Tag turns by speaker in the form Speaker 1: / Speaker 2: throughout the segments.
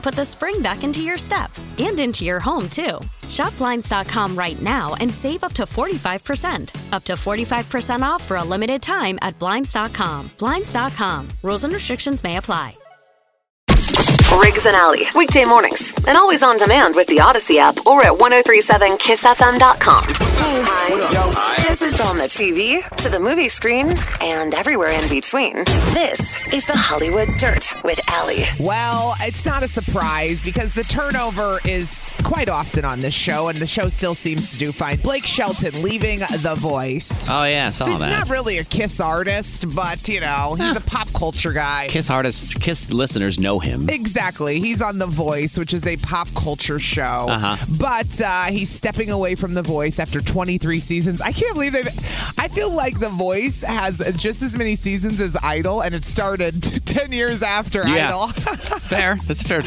Speaker 1: put the spring back into your step and into your home, too. Shop Blinds.com right now and save up to 45%. Up to 45% off for a limited time at Blinds.com. Blinds.com. Rules and restrictions may apply.
Speaker 2: Riggs and Alley, weekday mornings, and always on demand with the Odyssey app or at 1037kissfm.com. This is on the TV, to the movie screen, and everywhere in between. This is the Hollywood Dirt with Alley.
Speaker 3: Well, it's not a surprise because the turnover is quite often on this show, and the show still seems to do fine. Blake Shelton leaving The Voice.
Speaker 4: Oh yeah, I saw
Speaker 3: He's
Speaker 4: that. Eh.
Speaker 3: not really a Kiss artist, but you know he's a pop culture guy.
Speaker 4: Kiss artists, Kiss listeners know him.
Speaker 3: Exactly. He's on The Voice, which is a pop culture show.
Speaker 4: Uh-huh.
Speaker 3: But uh, he's stepping away from The Voice after 23 seasons. I can't believe they've. I feel like The Voice has just as many seasons as Idol, and it started 10 years after
Speaker 4: Yeah.
Speaker 3: Idol.
Speaker 4: fair. That's fair.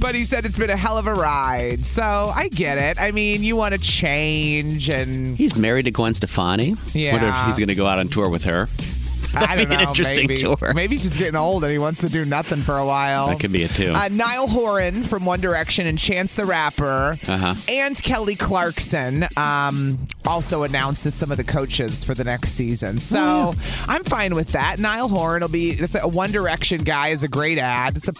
Speaker 3: but he said it's been a hell of a ride. So I get it. I mean, you want to change, and
Speaker 4: He's married to Gwen Stefani.
Speaker 3: Yeah.
Speaker 4: Wonder if he's going to go out on tour with her.
Speaker 3: I
Speaker 4: That'd
Speaker 3: don't
Speaker 4: be an
Speaker 3: know.
Speaker 4: interesting
Speaker 3: maybe,
Speaker 4: tour.
Speaker 3: Maybe he's just getting old and he wants to do nothing for a while.
Speaker 4: That could be it too.
Speaker 3: Uh, Niall Horan from One Direction and Chance the Rapper,
Speaker 4: Uh-huh.
Speaker 3: and Kelly Clarkson um, also announces some of the coaches for the next season. So
Speaker 4: Hmm.
Speaker 3: I'm fine with that. Niall Horan will be. That's a One Direction guy is a great ad. It's a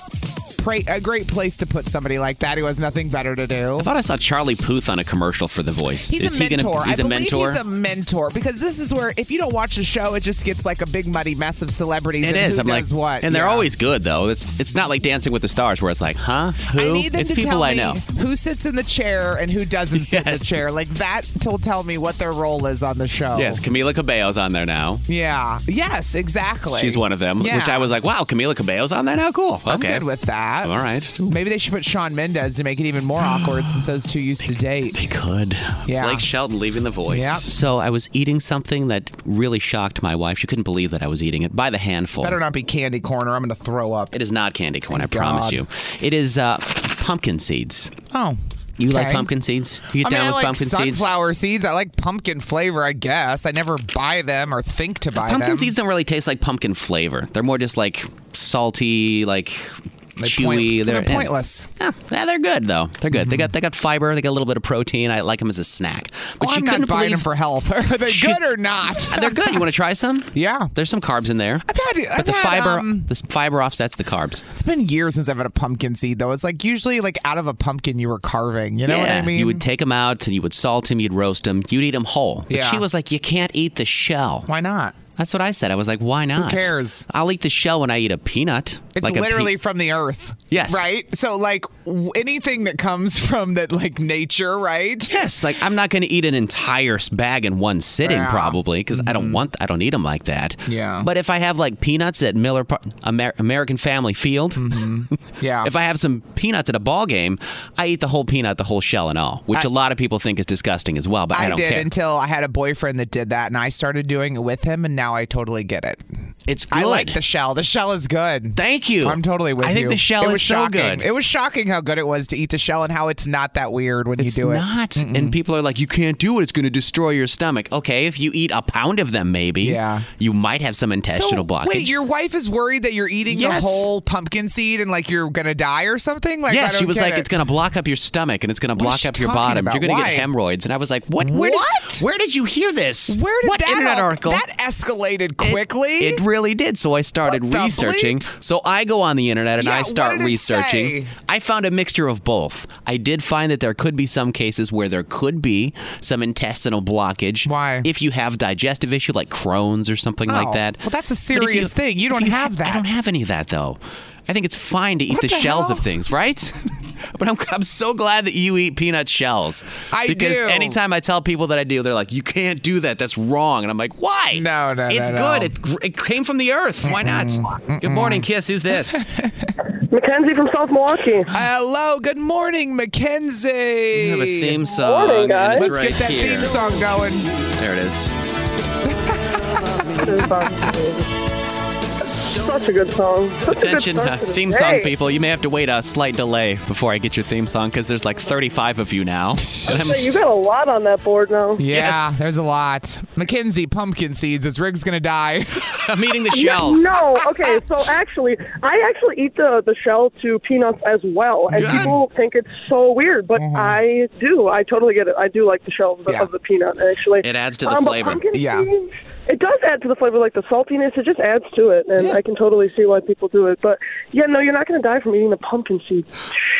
Speaker 3: pra- a great place to put somebody like that who has nothing better to do.
Speaker 4: I thought I saw Charlie Puth on a commercial for The Voice.
Speaker 3: He's
Speaker 4: Is
Speaker 3: a
Speaker 4: he gonna-
Speaker 3: mentor.
Speaker 4: he's
Speaker 3: I
Speaker 4: a
Speaker 3: believe
Speaker 4: mentor.
Speaker 3: he's a mentor because this is where if you don't watch the show, it just gets like a big muddy mess of celebrities.
Speaker 4: It
Speaker 3: and
Speaker 4: is.
Speaker 3: Who
Speaker 4: I'm
Speaker 3: does
Speaker 4: like,
Speaker 3: what?
Speaker 4: and they're
Speaker 3: Yeah.
Speaker 4: always good though. It's it's not like Dancing with the Stars where it's like, huh? Who?
Speaker 3: I need them
Speaker 4: it's
Speaker 3: to
Speaker 4: people
Speaker 3: tell
Speaker 4: I
Speaker 3: me
Speaker 4: know.
Speaker 3: who sits in the chair and who doesn't sit in the
Speaker 4: Yes.
Speaker 3: chair. Like that will tell me what their role is on the show.
Speaker 4: Yes, Camila Cabello's on there now.
Speaker 3: Yeah. Yes, exactly.
Speaker 4: She's one of them.
Speaker 3: Yeah.
Speaker 4: Which I was like, wow, Camila Cabello's on there now. Cool. Okay.
Speaker 3: I'm good with that.
Speaker 4: All right.
Speaker 3: Maybe they should put Sean Mendez to make it even more awkward since those two used to date.
Speaker 4: They could.
Speaker 3: Yeah.
Speaker 4: Blake Shelton leaving the voice.
Speaker 3: Yep.
Speaker 4: So I was eating something that really shocked my wife. She couldn't believe that I was eating it by the handful.
Speaker 3: Better not be candy corner. I'm going to throw up.
Speaker 4: It is not candy corn, I promise
Speaker 3: God.
Speaker 4: you. It is uh, pumpkin seeds.
Speaker 3: Oh.
Speaker 4: You like
Speaker 3: okay.
Speaker 4: pumpkin seeds? You get
Speaker 3: I
Speaker 4: down
Speaker 3: mean, I
Speaker 4: with
Speaker 3: like
Speaker 4: pumpkin seeds?
Speaker 3: sunflower seeds. I like pumpkin flavor, I guess. I never buy them or think to buy
Speaker 4: Pumpkin
Speaker 3: them.
Speaker 4: seeds don't really taste like pumpkin flavor. They're more just like salty, like
Speaker 3: They're
Speaker 4: chewy.
Speaker 3: point-
Speaker 4: they're,
Speaker 3: they're pointless. Mm-hmm.
Speaker 4: Yeah. Yeah, they're good though. They're good. They got they got fiber. They got a little bit of protein. I like them as a snack. But
Speaker 3: Oh,
Speaker 4: she
Speaker 3: I'm
Speaker 4: couldn't
Speaker 3: not buying
Speaker 4: believe
Speaker 3: them for health. Are they
Speaker 4: She-
Speaker 3: good or not?
Speaker 4: they're good. You want to try some?
Speaker 3: Yeah.
Speaker 4: There's some carbs in there.
Speaker 3: I've had-
Speaker 4: but
Speaker 3: I've
Speaker 4: the
Speaker 3: had,
Speaker 4: fiber,
Speaker 3: um,
Speaker 4: the fiber offsets the carbs.
Speaker 3: It's been years since I've had a pumpkin seed, though. It's like usually like out of a pumpkin you were carving. You know what I mean?
Speaker 4: You would take them out and you would salt them, you'd roast them, you'd eat them whole. But
Speaker 3: Yeah.
Speaker 4: she was like, you can't eat the shell.
Speaker 3: Why not?
Speaker 4: That's what I said. I was like, why not?
Speaker 3: cares?
Speaker 4: I'll eat the shell when I eat a peanut.
Speaker 3: It's
Speaker 4: Like a pe-
Speaker 3: literally from the earth.
Speaker 4: Yes.
Speaker 3: Right. So like w- anything that comes from that like nature, right?
Speaker 4: Yes, like I'm not going to eat an entire s- bag in one sitting,
Speaker 3: Yeah. Mm-hmm.
Speaker 4: probably, because I don't want, I don't eat them like that.
Speaker 3: Yeah.
Speaker 4: But if I have like peanuts at Miller Par- Amer- American Family Field,
Speaker 3: Mm-hmm. Yeah.
Speaker 4: if I have some peanuts at a ball game, I eat the whole peanut, the whole shell and all, which a lot of people think is disgusting as well. But I,
Speaker 3: I
Speaker 4: don't
Speaker 3: did
Speaker 4: care.
Speaker 3: until I had a boyfriend that did that, and I started doing it with him, and now I totally get it.
Speaker 4: It's
Speaker 3: I like
Speaker 4: good.
Speaker 3: the shell. The shell is good.
Speaker 4: Thank you.
Speaker 3: I'm totally with
Speaker 4: I
Speaker 3: you.
Speaker 4: think the shell
Speaker 3: it
Speaker 4: is
Speaker 3: was
Speaker 4: so
Speaker 3: shocking.
Speaker 4: good.
Speaker 3: It was shocking how good it was to eat the shell and how it's not that weird when
Speaker 4: It's
Speaker 3: you do it.
Speaker 4: not. And people are like, you can't do it. It's going to destroy your stomach. Okay, if you eat a pound of them, maybe
Speaker 3: Yeah.
Speaker 4: you might have some
Speaker 3: so,
Speaker 4: intestinal blockage.
Speaker 3: wait, your wife is worried that you're eating
Speaker 4: Yes.
Speaker 3: the whole pumpkin seed and like you're gonna die or something. Like, I
Speaker 4: yes,
Speaker 3: don't
Speaker 4: she was
Speaker 3: get
Speaker 4: like,
Speaker 3: it.
Speaker 4: it's going to block up your stomach and it's going to
Speaker 3: is
Speaker 4: block
Speaker 3: she
Speaker 4: up your
Speaker 3: talking
Speaker 4: bottom.
Speaker 3: about?
Speaker 4: You're going to
Speaker 3: Why?
Speaker 4: get hemorrhoids. And I was like, what? Where
Speaker 3: What?
Speaker 4: Did, where did you hear this?
Speaker 3: Where did
Speaker 4: what
Speaker 3: that
Speaker 4: internet
Speaker 3: all-
Speaker 4: article?
Speaker 3: That escalated
Speaker 4: It-
Speaker 3: quickly.
Speaker 4: It, really did. So I started
Speaker 3: What the
Speaker 4: researching.
Speaker 3: bleep?
Speaker 4: So I go on the internet and
Speaker 3: Yeah,
Speaker 4: I
Speaker 3: what
Speaker 4: start
Speaker 3: did it
Speaker 4: researching.
Speaker 3: say?
Speaker 4: I found a mixture of both. I did find that there could be some cases where there could be some intestinal blockage.
Speaker 3: Why?
Speaker 4: If you have digestive issue like Crohn's or something
Speaker 3: Oh,
Speaker 4: like that.
Speaker 3: well, that's a
Speaker 4: But if
Speaker 3: serious thing. You
Speaker 4: if
Speaker 3: don't
Speaker 4: ha-
Speaker 3: have that.
Speaker 4: I don't have any of that though. I think it's fine to eat
Speaker 3: What
Speaker 4: the,
Speaker 3: the
Speaker 4: shells
Speaker 3: hell?
Speaker 4: of things, right? but I'm, I'm so glad that you eat peanut shells.
Speaker 3: I
Speaker 4: because
Speaker 3: do.
Speaker 4: anytime I tell people that I do, they're like, "You can't do that. That's wrong." And I'm like, "Why?
Speaker 3: No, no,
Speaker 4: It's
Speaker 3: no,
Speaker 4: good.
Speaker 3: no.
Speaker 4: It, gr- it came from the earth. Why not? Good morning, Kiss. Who's this?
Speaker 5: Mackenzie from South Milwaukee.
Speaker 3: Hello, good morning, Mackenzie.
Speaker 4: We have a theme song.
Speaker 5: Morning,
Speaker 4: and
Speaker 5: guys.
Speaker 4: it's
Speaker 3: Let's
Speaker 4: right
Speaker 3: get that
Speaker 4: here.
Speaker 3: theme song going.
Speaker 4: There it is.
Speaker 5: Such a good song. Such
Speaker 4: Attention,
Speaker 5: a good
Speaker 4: uh,
Speaker 5: start to the
Speaker 4: theme song
Speaker 5: day.
Speaker 4: people. You may have to wait a slight delay before I get your theme song because there's like 35 of you now. And I'm-
Speaker 5: Hey, you got a lot on that board now.
Speaker 3: Yeah, there's a lot. Mackenzie, pumpkin seeds. This rig's gonna die.
Speaker 4: I'm eating the shells.
Speaker 5: No, okay. So actually, I actually eat the the shell to peanuts as well, and
Speaker 4: Good.
Speaker 5: people think it's so weird, but I do. I totally get it. I do like the shell of the,
Speaker 3: Mm-hmm. Yeah.
Speaker 5: of the peanut. Actually,
Speaker 4: It adds to the
Speaker 5: um, but
Speaker 4: flavor.
Speaker 5: pumpkin
Speaker 3: Yeah.
Speaker 5: seeds, It does add to the flavor, like the saltiness. It just adds to it, and I can totally see why people do it. But yeah, no, you're not going to die from eating the pumpkin seed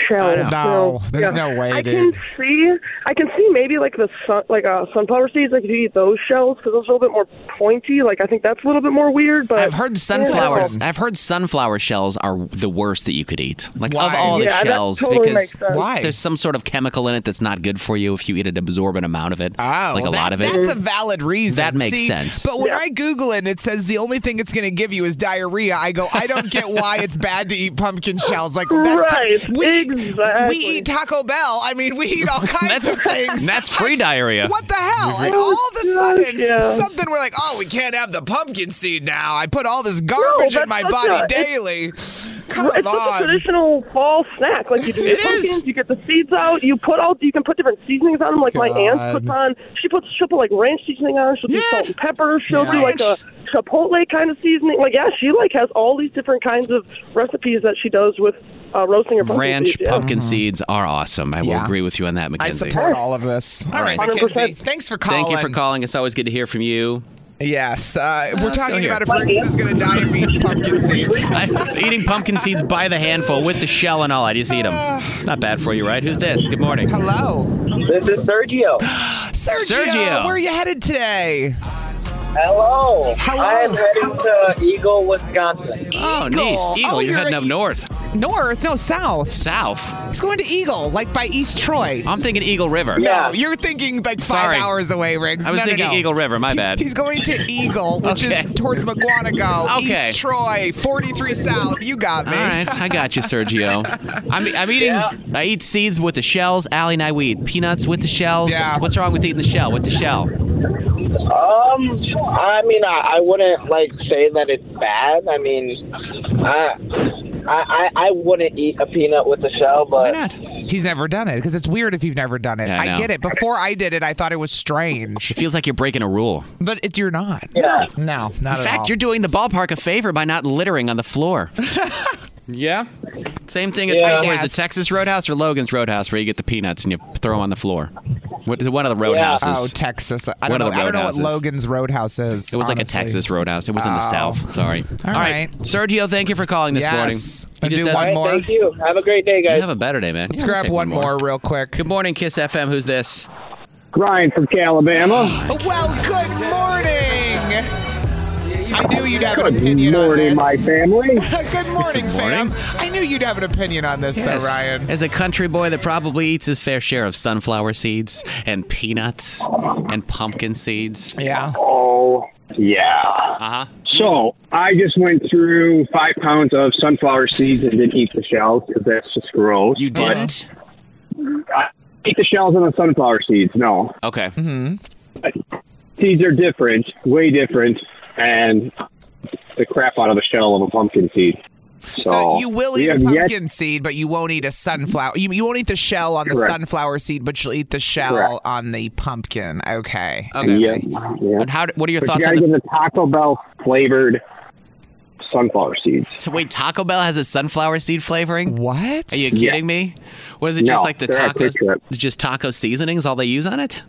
Speaker 5: shell.
Speaker 3: know.
Speaker 5: So,
Speaker 3: No, Oh, there's no way,
Speaker 5: I
Speaker 3: dude.
Speaker 5: can see, I can see maybe like the sun, like uh, sunflower seeds, like if you eat those shells because those are a little bit more pointy. Like I think that's a little bit more weird. But
Speaker 4: I've heard sunflowers.
Speaker 3: Listen.
Speaker 4: I've heard sunflower shells are the worst that you could eat. Like of
Speaker 3: Why?
Speaker 4: all the
Speaker 5: Yeah, that
Speaker 4: shells,
Speaker 5: totally
Speaker 4: because
Speaker 5: makes sense.
Speaker 3: Why?
Speaker 4: there's some sort of chemical in it that's not good for you if you eat an absorbent amount of it,
Speaker 3: Oh,
Speaker 4: like a
Speaker 3: that-
Speaker 4: lot of it.
Speaker 3: That's a valid reason.
Speaker 4: That makes
Speaker 3: See,
Speaker 4: sense.
Speaker 3: But when
Speaker 5: Yeah.
Speaker 3: I Google it, and it says the only thing it's going to give you is diarrhea. I go, I don't get why it's bad to eat pumpkin shells. Like that's
Speaker 5: Right,
Speaker 3: we
Speaker 5: exactly.
Speaker 3: we eat Taco Bell. I mean, we eat all kinds of things.
Speaker 4: And that's free diarrhea.
Speaker 3: What the hell? And
Speaker 5: Oh,
Speaker 3: all of a
Speaker 5: gosh,
Speaker 3: sudden,
Speaker 5: yeah.
Speaker 3: something we're like, oh, we can't have the pumpkin seed now. I put all this garbage in
Speaker 5: that's
Speaker 3: my
Speaker 5: such
Speaker 3: body
Speaker 5: a- it's-
Speaker 3: daily. Come
Speaker 5: it's like a
Speaker 3: on.
Speaker 5: traditional fall snack. Like you do your
Speaker 4: It
Speaker 5: pumpkins,
Speaker 4: is.
Speaker 5: you get the seeds out, you put all you can put different seasonings on them. Like my
Speaker 3: God.
Speaker 5: aunt puts on, she puts she'll put like ranch seasoning on. She'll
Speaker 3: Yeah.
Speaker 5: do salt and pepper. She'll do like a
Speaker 3: Ranch.
Speaker 5: chipotle kind of seasoning. Like yeah, she like has all these different kinds of recipes that she does with uh, roasting her pumpkin
Speaker 4: Ranch
Speaker 5: seeds, yeah.
Speaker 4: pumpkin seeds are awesome. I will
Speaker 3: Yeah.
Speaker 4: agree with you on that,
Speaker 3: I
Speaker 4: Mackenzie.
Speaker 3: support all of this. All right,
Speaker 4: right.
Speaker 3: Mackenzie.
Speaker 5: 100%.
Speaker 3: Thanks for calling.
Speaker 4: Thank you for calling. It's always good to hear from you.
Speaker 3: Yes, uh, we're
Speaker 4: let's go
Speaker 3: talking
Speaker 4: here.
Speaker 3: about if Briggs is going to die if he eats pumpkin seeds.
Speaker 4: I'm eating pumpkin seeds by the handful with the shell and all. I just eat them. It's not bad for you, right? Who's this? Good morning.
Speaker 3: Hello,
Speaker 6: This is Sergio.
Speaker 3: Sergio,
Speaker 4: Sergio.
Speaker 3: Where are you headed today?
Speaker 6: Hello.
Speaker 3: Hello.
Speaker 6: I'm heading to Eagle, Wisconsin.
Speaker 4: Oh,
Speaker 3: Eagle.
Speaker 4: nice. Eagle,
Speaker 3: Oh,
Speaker 4: you're,
Speaker 3: you're
Speaker 4: heading
Speaker 3: a-
Speaker 4: up north.
Speaker 3: North? No, south.
Speaker 4: South.
Speaker 3: He's going to Eagle, like by East Troy.
Speaker 4: I'm thinking Eagle River.
Speaker 6: Yeah.
Speaker 3: No, you're thinking like five
Speaker 4: Sorry.
Speaker 3: hours away, Riggs.
Speaker 4: I was
Speaker 3: No, no,
Speaker 4: thinking
Speaker 3: no.
Speaker 4: Eagle River. My bad.
Speaker 3: He's going to Eagle, which
Speaker 4: Okay.
Speaker 3: is towards McGuanago,
Speaker 4: Okay. Ah,
Speaker 3: East Troy, 43 South. You got
Speaker 4: All
Speaker 3: me.
Speaker 4: right, I got you, Sergio. I'm, I'm eating. I eat seeds with the shells. Allie and I we eat peanuts with the shells.
Speaker 3: Yeah.
Speaker 4: What's wrong with eating the shell? With the shell?
Speaker 6: Um, I mean, I, I wouldn't like say that it's bad. I mean, I, I, I- I wouldn't eat a peanut with a shell,
Speaker 4: Why
Speaker 6: but
Speaker 4: not?
Speaker 3: He's never done it because it's weird if you've never done it.
Speaker 4: Yeah, I know.
Speaker 3: get it. Before I did it, I thought it was strange,
Speaker 4: Feels like you're breaking a rule.
Speaker 3: but it, you're not.
Speaker 6: Yeah.
Speaker 3: No, not
Speaker 4: In
Speaker 3: at
Speaker 4: fact,
Speaker 3: all.
Speaker 4: you're doing the ballpark a favor by not littering on the floor. yeah. Same thing at
Speaker 6: Yeah.
Speaker 4: where is
Speaker 3: Yes.
Speaker 4: it Texas Roadhouse or Logan's Roadhouse where you get the peanuts and you throw them on the floor. What is it? One of the
Speaker 6: Yeah.
Speaker 4: roadhouses.
Speaker 3: Oh, Texas. I
Speaker 4: One
Speaker 3: don't, know,
Speaker 4: of the
Speaker 3: I don't know what
Speaker 4: roadhouses.
Speaker 3: Logan's Roadhouse is.
Speaker 4: It was like a
Speaker 3: honestly.
Speaker 4: Texas Roadhouse. It was in the
Speaker 3: Oh.
Speaker 4: South. Sorry.
Speaker 3: All right.
Speaker 4: Sergio, thank you for calling this
Speaker 3: Yes.
Speaker 4: morning.
Speaker 3: Wanna do
Speaker 4: doesn't-
Speaker 3: one
Speaker 6: All right,
Speaker 3: more?
Speaker 6: thank you. Have a great day, guys.
Speaker 4: You have a better day, man.
Speaker 3: Let's
Speaker 4: Yeah, we'll
Speaker 3: grab
Speaker 4: take
Speaker 3: one more real quick.
Speaker 4: Good morning, Kiss FM. Who's this?
Speaker 7: Ryan from Alabama.
Speaker 3: Well, good morning. I knew you'd have an opinion
Speaker 7: Good morning,
Speaker 3: on
Speaker 7: my
Speaker 3: this.
Speaker 7: family.
Speaker 3: good morning, fam. I knew you'd have an opinion on this, though, Ryan.
Speaker 4: As a country boy that probably eats his fair share of sunflower seeds and peanuts and pumpkin seeds.
Speaker 3: Yeah.
Speaker 7: Oh, yeah.
Speaker 4: Uh huh.
Speaker 7: So I just went through five pounds of sunflower seeds and didn't eat the shells because that's just gross.
Speaker 4: You
Speaker 7: But
Speaker 4: didn't?
Speaker 7: I eat the shells and the sunflower seeds. No,
Speaker 3: Oh.
Speaker 4: Okay.
Speaker 7: seeds are different, way different, and the crap out of the shell of a pumpkin seed. So,
Speaker 3: So you will
Speaker 7: Oh, we
Speaker 3: eat a
Speaker 7: have yet-
Speaker 3: pumpkin seed, but you won't eat a sunflower. You, you won't eat the shell on the
Speaker 7: Correct.
Speaker 3: sunflower seed, but you'll eat the shell
Speaker 7: Correct.
Speaker 3: on the pumpkin. Okay.
Speaker 4: Okay.
Speaker 7: Yeah, yeah.
Speaker 4: And how? What are your
Speaker 7: But you
Speaker 4: thoughts on
Speaker 7: gotta
Speaker 4: the
Speaker 7: get the Taco Bell flavored sunflower seeds.
Speaker 4: So wait, Taco Bell has a sunflower seed flavoring?
Speaker 3: What?
Speaker 4: Are you kidding me? What is it just
Speaker 7: No,
Speaker 4: like the
Speaker 7: they're a
Speaker 4: tacos?
Speaker 7: picture.
Speaker 4: It's just taco seasonings all they use on it?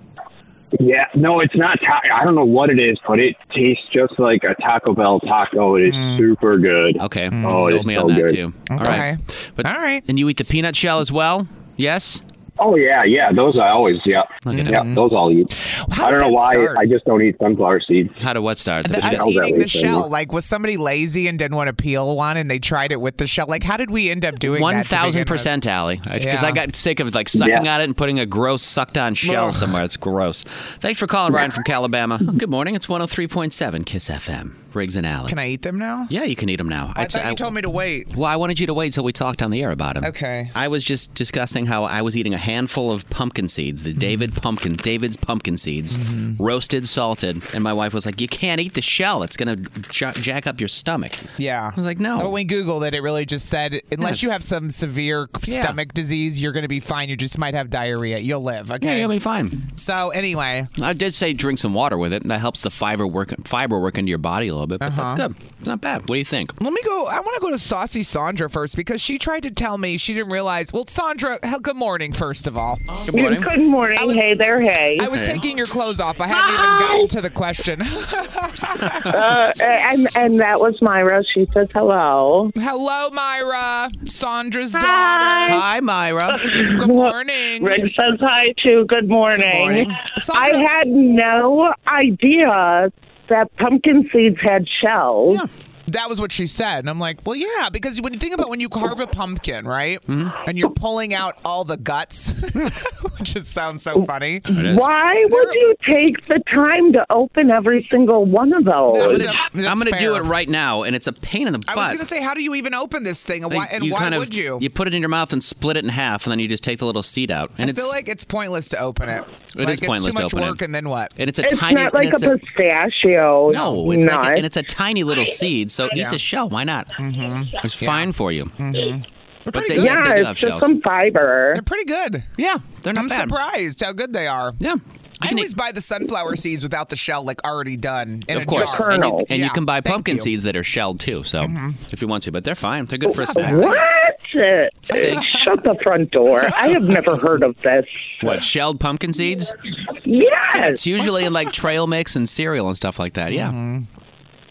Speaker 7: Yeah, no, it's not. Ta- I don't know what it is, but it tastes just like a Taco Bell taco. It is super good.
Speaker 4: Mm. Okay. mm,
Speaker 7: Oh,
Speaker 4: sold
Speaker 7: it's
Speaker 4: me
Speaker 7: so
Speaker 4: on that
Speaker 7: good.
Speaker 4: too. All
Speaker 3: Okay.
Speaker 4: right. But
Speaker 3: All right.
Speaker 4: and you eat the peanut shell as well? Yes?
Speaker 7: Oh yeah, yeah. Those I always yeah, yeah. Those I'll eat.
Speaker 3: How
Speaker 7: I
Speaker 3: did
Speaker 7: don't know
Speaker 3: that
Speaker 7: why.
Speaker 3: start?
Speaker 7: I just don't eat sunflower seeds.
Speaker 4: How did what start?
Speaker 3: The,
Speaker 7: I
Speaker 3: us
Speaker 7: know that
Speaker 3: eating the
Speaker 7: we've been
Speaker 3: shell,
Speaker 7: there.
Speaker 3: like was somebody lazy and didn't want to peel one, and they tried it with the shell. Like, how did we end up doing
Speaker 4: One
Speaker 3: that? to begin
Speaker 4: thousand
Speaker 3: with?
Speaker 4: percent, Allie. Because I
Speaker 3: Yeah.
Speaker 4: got sick of like sucking
Speaker 7: Yeah.
Speaker 4: on it and putting a gross sucked on shell somewhere. It's gross. Thanks for calling, Ryan from Calabama. Good morning. It's one hundred three point seven Kiss FM. Riggs and Allie.
Speaker 3: Can I eat them now?
Speaker 4: yeah, you can eat them now.
Speaker 3: I thought you told me to wait.
Speaker 4: Well, I wanted you to wait till we talked on the air about him.
Speaker 3: Okay.
Speaker 4: I was just discussing how I was eating a handful of pumpkin seeds, the David pumpkin, David's pumpkin seeds,
Speaker 3: Mm-hmm.
Speaker 4: roasted, salted, and my wife was like, "You can't eat the shell; it's gonna j- jack up your stomach."
Speaker 3: Yeah.
Speaker 4: I was like, "No."
Speaker 3: But when we Googled it, it really just said unless you have some severe
Speaker 4: Yeah.
Speaker 3: stomach disease, you're going to be fine. You just might have diarrhea. You'll live.
Speaker 4: yeah,
Speaker 3: Okay.
Speaker 4: you'll be fine.
Speaker 3: so anyway,
Speaker 4: I did say drink some water with it, and that helps the fiber work fiber work into your body a little bit. But that's
Speaker 3: Uh-huh.
Speaker 4: good. It's not bad. What do you think?
Speaker 3: Let me go. I want to go to Saucy Sandra first because she tried to tell me she didn't realize. Well, Sandra, hell, good morning, first of all.
Speaker 4: Good morning.
Speaker 8: Good morning. hey there, hey.
Speaker 3: I was taking your clothes off. I haven't even gotten to the question.
Speaker 8: Uh, and and that was Myra. She says hello.
Speaker 3: Hello, Myra, Sandra's daughter.
Speaker 8: Hi.
Speaker 4: Hi, Myra.
Speaker 3: Good morning.
Speaker 8: Rick says hi too. Good morning. I
Speaker 3: Sandra,
Speaker 8: had no idea that pumpkin seeds had shells.
Speaker 3: that was what she said, and I'm like, well, yeah, because when you think about when you carve a pumpkin, right,
Speaker 4: Hmm?
Speaker 3: and you're pulling out all the guts, which just sounds so funny.
Speaker 8: Why would you take the time to open every single one of those?
Speaker 4: I'm gonna
Speaker 3: going to
Speaker 4: do it right now, and it's a pain in the butt.
Speaker 3: I was going to say, how do you even open this thing, and why,
Speaker 4: Like,
Speaker 3: and why
Speaker 4: kind of-
Speaker 3: would you?
Speaker 4: You put it in your mouth and split it in half, and then you just take the little seed out. And
Speaker 3: I
Speaker 4: it's
Speaker 3: feel like it's pointless to open it.
Speaker 4: It
Speaker 3: like
Speaker 4: is pointless
Speaker 3: it's too
Speaker 4: to
Speaker 3: much
Speaker 4: open it.
Speaker 3: work, and then what?
Speaker 4: and it's a
Speaker 8: It's
Speaker 4: tiny.
Speaker 8: not like
Speaker 4: and it's
Speaker 8: a, pistachio.
Speaker 4: no, it's
Speaker 8: not.
Speaker 4: like a, and it's a tiny little seed. So eat the shell. Why not?
Speaker 3: Mm-hmm.
Speaker 4: It's fine for you. But they,
Speaker 3: good.
Speaker 4: yes,
Speaker 8: yeah,
Speaker 4: they do have
Speaker 8: it's just
Speaker 4: shells.
Speaker 8: some fiber.
Speaker 3: They're pretty good.
Speaker 4: yeah, they're not
Speaker 3: I'm
Speaker 4: bad.
Speaker 3: surprised how good they are.
Speaker 4: Yeah. You
Speaker 3: I
Speaker 4: can
Speaker 3: always
Speaker 4: eat-
Speaker 3: buy the sunflower seeds without the shell, like already done. In
Speaker 4: of
Speaker 3: a
Speaker 4: course,
Speaker 3: jar.
Speaker 4: and, you,
Speaker 8: Kernel.
Speaker 4: and you
Speaker 3: Yeah,
Speaker 4: can buy
Speaker 3: thank
Speaker 4: pumpkin
Speaker 3: you. Mm-hmm.
Speaker 4: seeds that are shelled too. So if you want to, but they're fine. They're good for a snack.
Speaker 8: What? Uh, Shut the front door. I have never heard of this.
Speaker 4: What shelled pumpkin seeds?
Speaker 8: Yes.
Speaker 4: It's usually in like trail mix and cereal and stuff like that. Yeah,
Speaker 3: Mm-hmm.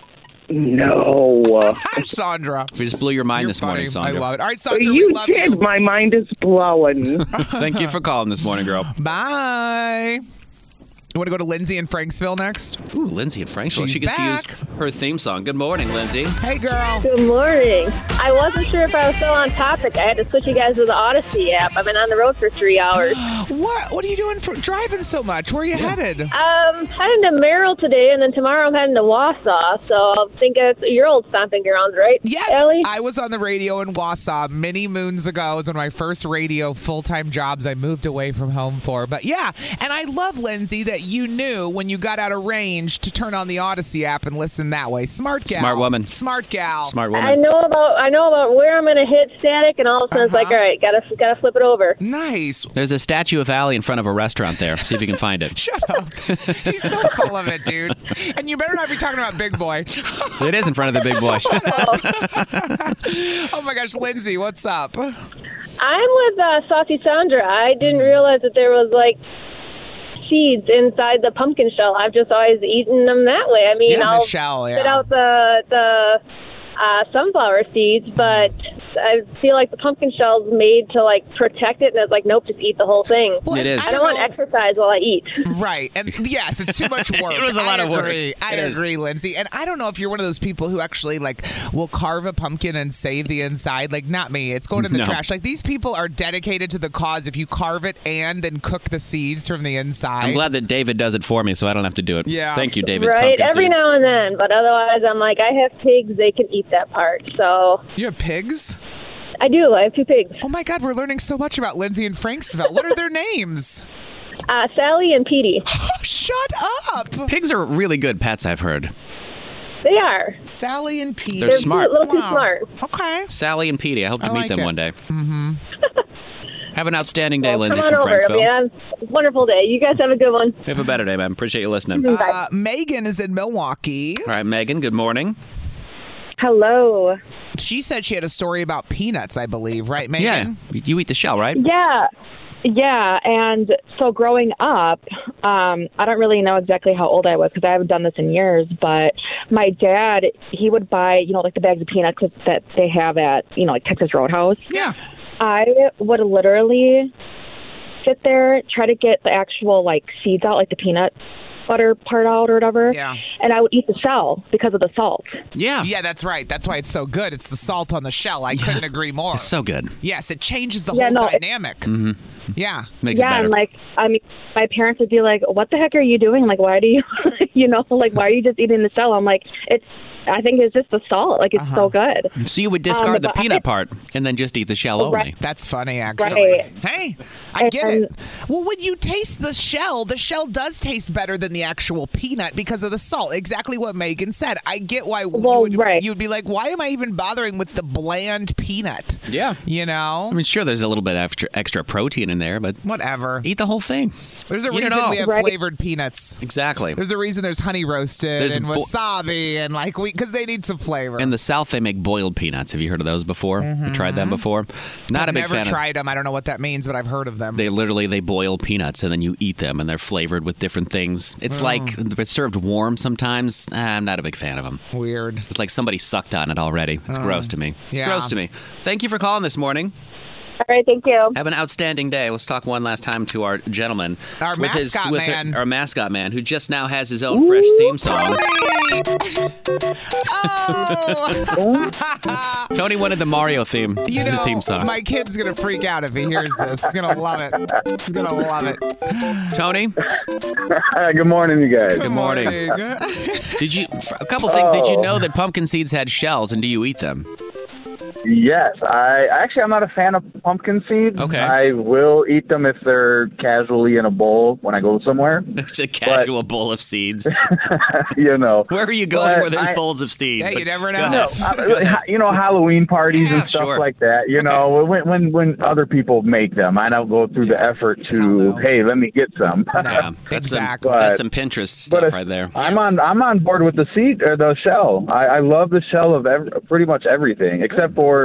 Speaker 8: No.
Speaker 3: Hi, Sandra.
Speaker 4: we just blew your mind
Speaker 3: You're
Speaker 4: this morning,
Speaker 3: funny.
Speaker 4: Sandra.
Speaker 3: I love it. All right, Sandra, we
Speaker 8: You
Speaker 3: love
Speaker 8: did.
Speaker 3: you.
Speaker 8: My mind is blowing.
Speaker 4: Thank you for calling this morning, girl.
Speaker 3: Bye. You want to go to Lindsay and Franksville next?
Speaker 4: Ooh, Lindsay and Frank. Well,
Speaker 3: She's
Speaker 4: she gets
Speaker 3: back.
Speaker 4: to use her theme song. Good morning, Lindsay.
Speaker 3: Hey, girl.
Speaker 9: Good morning. I wasn't sure if I was still on topic. I had to switch you guys to the Odyssey app. I've been on the road for three hours.
Speaker 3: What? What are you doing for driving so much? Where are you headed?
Speaker 9: Um, heading to Merrill today, and then tomorrow I'm heading to Wausau. So I think it's your old stomping grounds, right?
Speaker 3: Yes,
Speaker 9: Ellie.
Speaker 3: I was on the radio in Wausau many moons ago. It was one of my first radio full time jobs I moved away from home for. But yeah, and I love, Lindsay, that you knew when you got out of range to turn on the Odyssey app and listen that way. Smart gal.
Speaker 4: Smart woman.
Speaker 3: Smart gal.
Speaker 4: Smart
Speaker 9: I
Speaker 4: woman.
Speaker 9: know about I know about where I'm going to hit static, and all of a sudden it's like,
Speaker 3: Uh-huh.
Speaker 9: all right, gotta gotta flip it over.
Speaker 3: Nice.
Speaker 4: There's a statue of Allie in front of a restaurant there. See if you can find it.
Speaker 3: Shut up. He's so full of it, dude. And you better not be talking about Big Boy.
Speaker 4: It is in front of the big boy.
Speaker 3: oh my gosh, Lindsay, what's up?
Speaker 9: I'm with uh, Saucy Sandra. I
Speaker 3: Mm-hmm.
Speaker 9: didn't realize that there was like seeds inside the pumpkin shell. I've just always eaten them that way. I mean,
Speaker 3: Yeah, the
Speaker 9: I'll
Speaker 3: shell,
Speaker 9: spit
Speaker 3: yeah.
Speaker 9: out the the uh, sunflower seeds, but I feel like the pumpkin shell's made to like protect it, and it's like, nope, just eat the whole thing.
Speaker 3: Well,
Speaker 4: It
Speaker 3: and
Speaker 4: is.
Speaker 9: I don't want exercise while I eat.
Speaker 3: Right. And yes, it's too much work.
Speaker 4: It was a lot
Speaker 3: I
Speaker 4: of work.
Speaker 3: agree. I
Speaker 4: It is.
Speaker 3: agree, Lindsay. And I don't know if you're one of those people who actually like will carve a pumpkin and save the inside. Like not me. It's going in the
Speaker 4: No.
Speaker 3: trash. Like these people are dedicated to the cause if you carve it and then cook the seeds from the inside.
Speaker 4: I'm glad that David does it for me, so I don't have to do it.
Speaker 3: Yeah.
Speaker 4: Thank you, David.
Speaker 9: right,
Speaker 4: Pumpkin
Speaker 9: every
Speaker 4: seeds.
Speaker 9: now and then, but otherwise, I'm like, I have pigs; they can eat that part. So
Speaker 3: you have pigs?
Speaker 9: I do. I have two pigs,
Speaker 3: Oh my god, we're learning so much about Lindsay and Franksville. What are their names? Oh,
Speaker 9: uh, Sally and Petey.
Speaker 3: Shut up.
Speaker 4: Pigs are really good pets, I've heard.
Speaker 9: They are.
Speaker 3: Sally and Pete.
Speaker 4: They're smart.
Speaker 9: A little too
Speaker 4: Wow.
Speaker 9: smart.
Speaker 3: Okay.
Speaker 4: Sally and Petey. I hope to
Speaker 9: I
Speaker 4: meet
Speaker 9: like
Speaker 4: them
Speaker 9: it.
Speaker 4: one day. Mm-hmm. Have an outstanding day, Lindsay
Speaker 9: Come on
Speaker 4: from
Speaker 9: over. It'll be
Speaker 4: Franksville.
Speaker 9: a wonderful day. You guys have a good one.
Speaker 4: Have a better day, man. Appreciate you listening. All
Speaker 3: Uh, Megan is in Milwaukee.
Speaker 4: right, Megan. Good morning.
Speaker 3: Hello. She said she had a story about peanuts, I believe, right, Megan?
Speaker 4: Yeah. You eat the shell, right?
Speaker 10: Yeah. Yeah. And so growing up, um, I don't really know exactly how old I was because I haven't done this in years, but my dad, he would buy, you know, like the bags of peanuts that they have at, you know, like Texas Roadhouse.
Speaker 3: Yeah.
Speaker 10: I would literally sit there, try to get the actual like seeds out, like the peanut butter part out or whatever.
Speaker 3: Yeah.
Speaker 10: And I would eat the shell because of the salt.
Speaker 4: Yeah.
Speaker 3: Yeah, that's right. That's why it's so good. It's the salt on the shell. I couldn't agree more. It's
Speaker 4: so good.
Speaker 3: Yes, it changes the
Speaker 10: Yeah,
Speaker 3: whole
Speaker 10: no, it-
Speaker 3: dynamic.
Speaker 4: Mm-hmm.
Speaker 3: Yeah.
Speaker 10: yeah, and like I mean, my parents would be like, "What the heck are you doing? Like, why do you, you know, like why are you just eating the shell?" I'm like, "It's, I think it's just the salt. Like, it's so good."
Speaker 4: So you would discard
Speaker 10: Um,
Speaker 4: the
Speaker 10: but I-
Speaker 4: peanut part and then just eat the shell only.
Speaker 10: Right.
Speaker 3: That's funny, actually.
Speaker 10: Right.
Speaker 3: Hey, I get it. Well, when you taste the shell, the shell does taste better than the actual peanut because of the salt. Exactly what Megan said. I get why you would, you'd be like, why am I even bothering with the bland peanut?
Speaker 4: Yeah.
Speaker 3: You know? I
Speaker 4: mean, sure, there's a little bit extra, extra protein in there, but
Speaker 3: whatever.
Speaker 4: Eat the whole thing.
Speaker 3: There's a
Speaker 4: Eat it
Speaker 3: reason
Speaker 4: all.
Speaker 3: we have flavored peanuts.
Speaker 4: Exactly.
Speaker 3: There's a reason there's honey roasted
Speaker 4: There's a
Speaker 3: and
Speaker 4: bo-
Speaker 3: wasabi and like we because they need some flavor.
Speaker 4: In the South, they make boiled peanuts. Have you heard of those before? You tried them before? Not
Speaker 3: Mm-hmm. I've
Speaker 4: a big
Speaker 3: never
Speaker 4: fan. of-
Speaker 3: tried them. I don't know what that means, but I've heard of them.
Speaker 4: they literally they boil peanuts and then you eat them and they're flavored with different things. It's
Speaker 3: Mm.
Speaker 4: like it's served warm sometimes. Ah, I'm not a big fan of them.
Speaker 3: Weird.
Speaker 4: It's like somebody sucked on it already. It's
Speaker 3: Mm.
Speaker 4: gross to me.
Speaker 3: Yeah.
Speaker 4: Gross to me. Thank you for calling this morning.
Speaker 10: All right, thank you.
Speaker 4: Have an outstanding day. Let's talk one last time to our gentleman,
Speaker 3: Our mascot
Speaker 4: with her-
Speaker 3: man.
Speaker 4: our mascot man, who just now has his own fresh theme song.
Speaker 3: Oh.
Speaker 4: Tony wanted the Mario theme.
Speaker 3: You
Speaker 4: this is his
Speaker 3: know,
Speaker 4: theme song.
Speaker 3: my kid's gonna freak out if he hears this. He's gonna love it. He's gonna love it.
Speaker 4: Tony.
Speaker 11: Good morning, you guys.
Speaker 4: Good morning. Did you? A couple things. Did you know that pumpkin seeds had shells, and do you eat them?
Speaker 11: Yes, I actually I'm not a fan of pumpkin seeds.
Speaker 4: Okay.
Speaker 11: I will eat them if they're casually in a bowl when I go somewhere.
Speaker 4: It's a casual bowl of seeds.
Speaker 11: you know.
Speaker 4: Where are you going?
Speaker 11: But
Speaker 4: where there's
Speaker 11: I-
Speaker 4: bowls of seeds?
Speaker 3: Yeah, you never
Speaker 4: Go
Speaker 3: know.
Speaker 4: ahead.
Speaker 11: No, I- ha- you know Halloween parties
Speaker 4: Yeah,
Speaker 11: and stuff
Speaker 4: sure.
Speaker 11: like that. You know when when when other people make them, I don't go through the effort to hey let me get some.
Speaker 4: Yeah, that's
Speaker 11: Exactly.
Speaker 4: Some, that's some Pinterest stuff right there.
Speaker 11: I'm on. I'm on board with the seed or the shell. I, I love the shell of ev- pretty much everything except for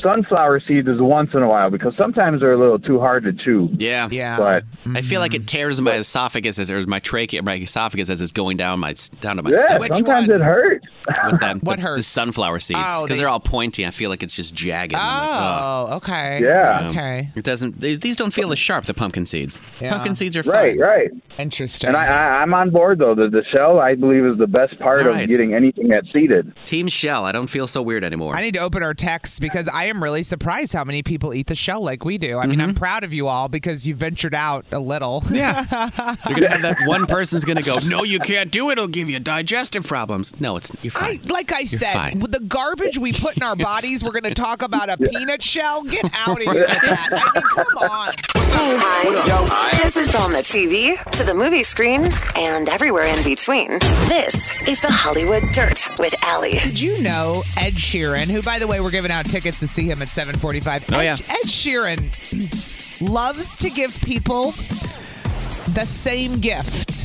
Speaker 11: sunflower seeds is once in a while because sometimes they're a little too hard to chew.
Speaker 4: Yeah,
Speaker 3: yeah. Mm-hmm.
Speaker 11: But
Speaker 4: I feel like it tears my esophagus as or my trachea, my esophagus as it's going down my s- down to my
Speaker 11: yeah,
Speaker 4: stomach.
Speaker 11: sometimes it hurts.
Speaker 4: With them,
Speaker 3: What
Speaker 4: the, The
Speaker 3: hurts?
Speaker 4: sunflower seeds
Speaker 3: Oh,
Speaker 4: because
Speaker 3: they-
Speaker 4: they... are all pointy. I feel like it's just jagged. I'm like,
Speaker 3: Oh, okay.
Speaker 11: Yeah.
Speaker 3: Okay.
Speaker 4: It doesn't. they- These don't feel as sharp. The pumpkin seeds.
Speaker 3: Yeah.
Speaker 4: Pumpkin seeds are
Speaker 11: Right,
Speaker 4: fine.
Speaker 11: right.
Speaker 3: Interesting.
Speaker 11: And I, I, I'm on board though. The, the shell I believe is the best part
Speaker 4: Nice.
Speaker 11: of getting anything that's seeded.
Speaker 4: Team Shell. I don't feel so weird anymore.
Speaker 3: I need to open our texts because I am really surprised how many people eat the shell like we do. I mean,
Speaker 4: Mm-hmm.
Speaker 3: I'm proud of you all because you ventured out a little. Yeah.
Speaker 4: You're gonna have that one person's gonna go. No, you can't do it. It'll give you digestive problems. No, it's you're fine.
Speaker 3: like I said,
Speaker 4: fine.
Speaker 3: with the garbage we put in our bodies, we're going to talk about a peanut shell. Get out of here with that. I mean, come on.
Speaker 2: This is on the TV, to the movie screen, and everywhere in between. This is the Hollywood Dirt with Allie.
Speaker 3: Did you know Ed Sheeran, who by the way we're giving out tickets to see him at 7:45. Oh Ed, yeah. Ed Sheeran loves to give people the same gift.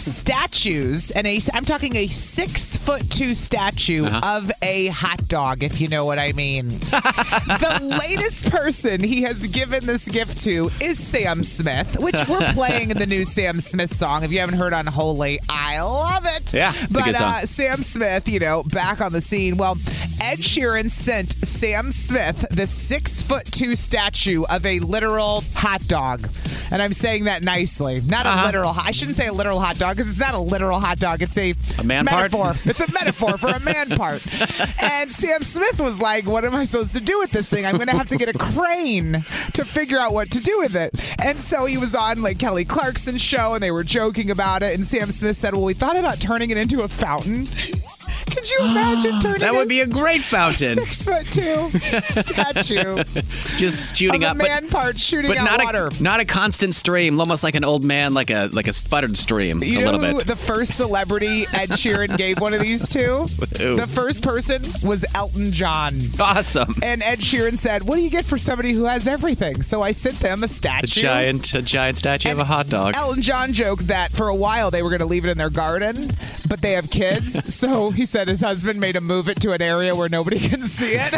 Speaker 3: Statues and a I'm talking a 6 foot 2 statue
Speaker 12: Uh-huh.
Speaker 3: of a hot dog if you know what I mean. the latest person he has given this gift to is Sam Smith, which we're playing the new Sam Smith song. If you haven't heard on Holy, I love it.
Speaker 4: Yeah, it's a
Speaker 3: but
Speaker 4: good song.
Speaker 3: Uh, Sam Smith, you know, back on the scene. Well, Ed Sheeran sent Sam Smith the six foot two statue of a literal hot dog. And I'm saying that nicely. Not
Speaker 4: Uh-huh.
Speaker 3: a literal, I shouldn't say a literal hot dog because it's not a literal hot dog. It's a,
Speaker 4: A man part?
Speaker 3: metaphor. It's a metaphor for a man part. And Sam Smith was like, What am I supposed to do with this thing? I'm going to have to get a crane to figure out what to do with it. And so he was on like Kelly Clarkson's show and they were joking about it. And Sam Smith said, Well, we thought about turning it into a fountain. Can Could you imagine turning?
Speaker 4: That would be a great fountain.
Speaker 3: Six foot two statue.
Speaker 4: Just shooting
Speaker 3: Of a
Speaker 4: up, but-
Speaker 3: man part shooting
Speaker 4: but
Speaker 3: out
Speaker 4: not
Speaker 3: water.
Speaker 4: a not a constant stream, almost like an old man, like a like a sputtered stream,
Speaker 3: You
Speaker 4: a
Speaker 3: know
Speaker 4: little
Speaker 3: who
Speaker 4: bit.
Speaker 3: the first celebrity Ed Sheeran gave one of these to?
Speaker 4: Who?
Speaker 3: The first person was Elton John.
Speaker 4: Awesome.
Speaker 3: And Ed Sheeran said, "What do you get for somebody who has everything?" So I sent them a statue.
Speaker 4: a giant a giant statue of a hot dog.
Speaker 3: Elton John joked that for a while they were going to leave it in their garden, but they have kids, so he said his husband made him move it to an area where nobody can see it.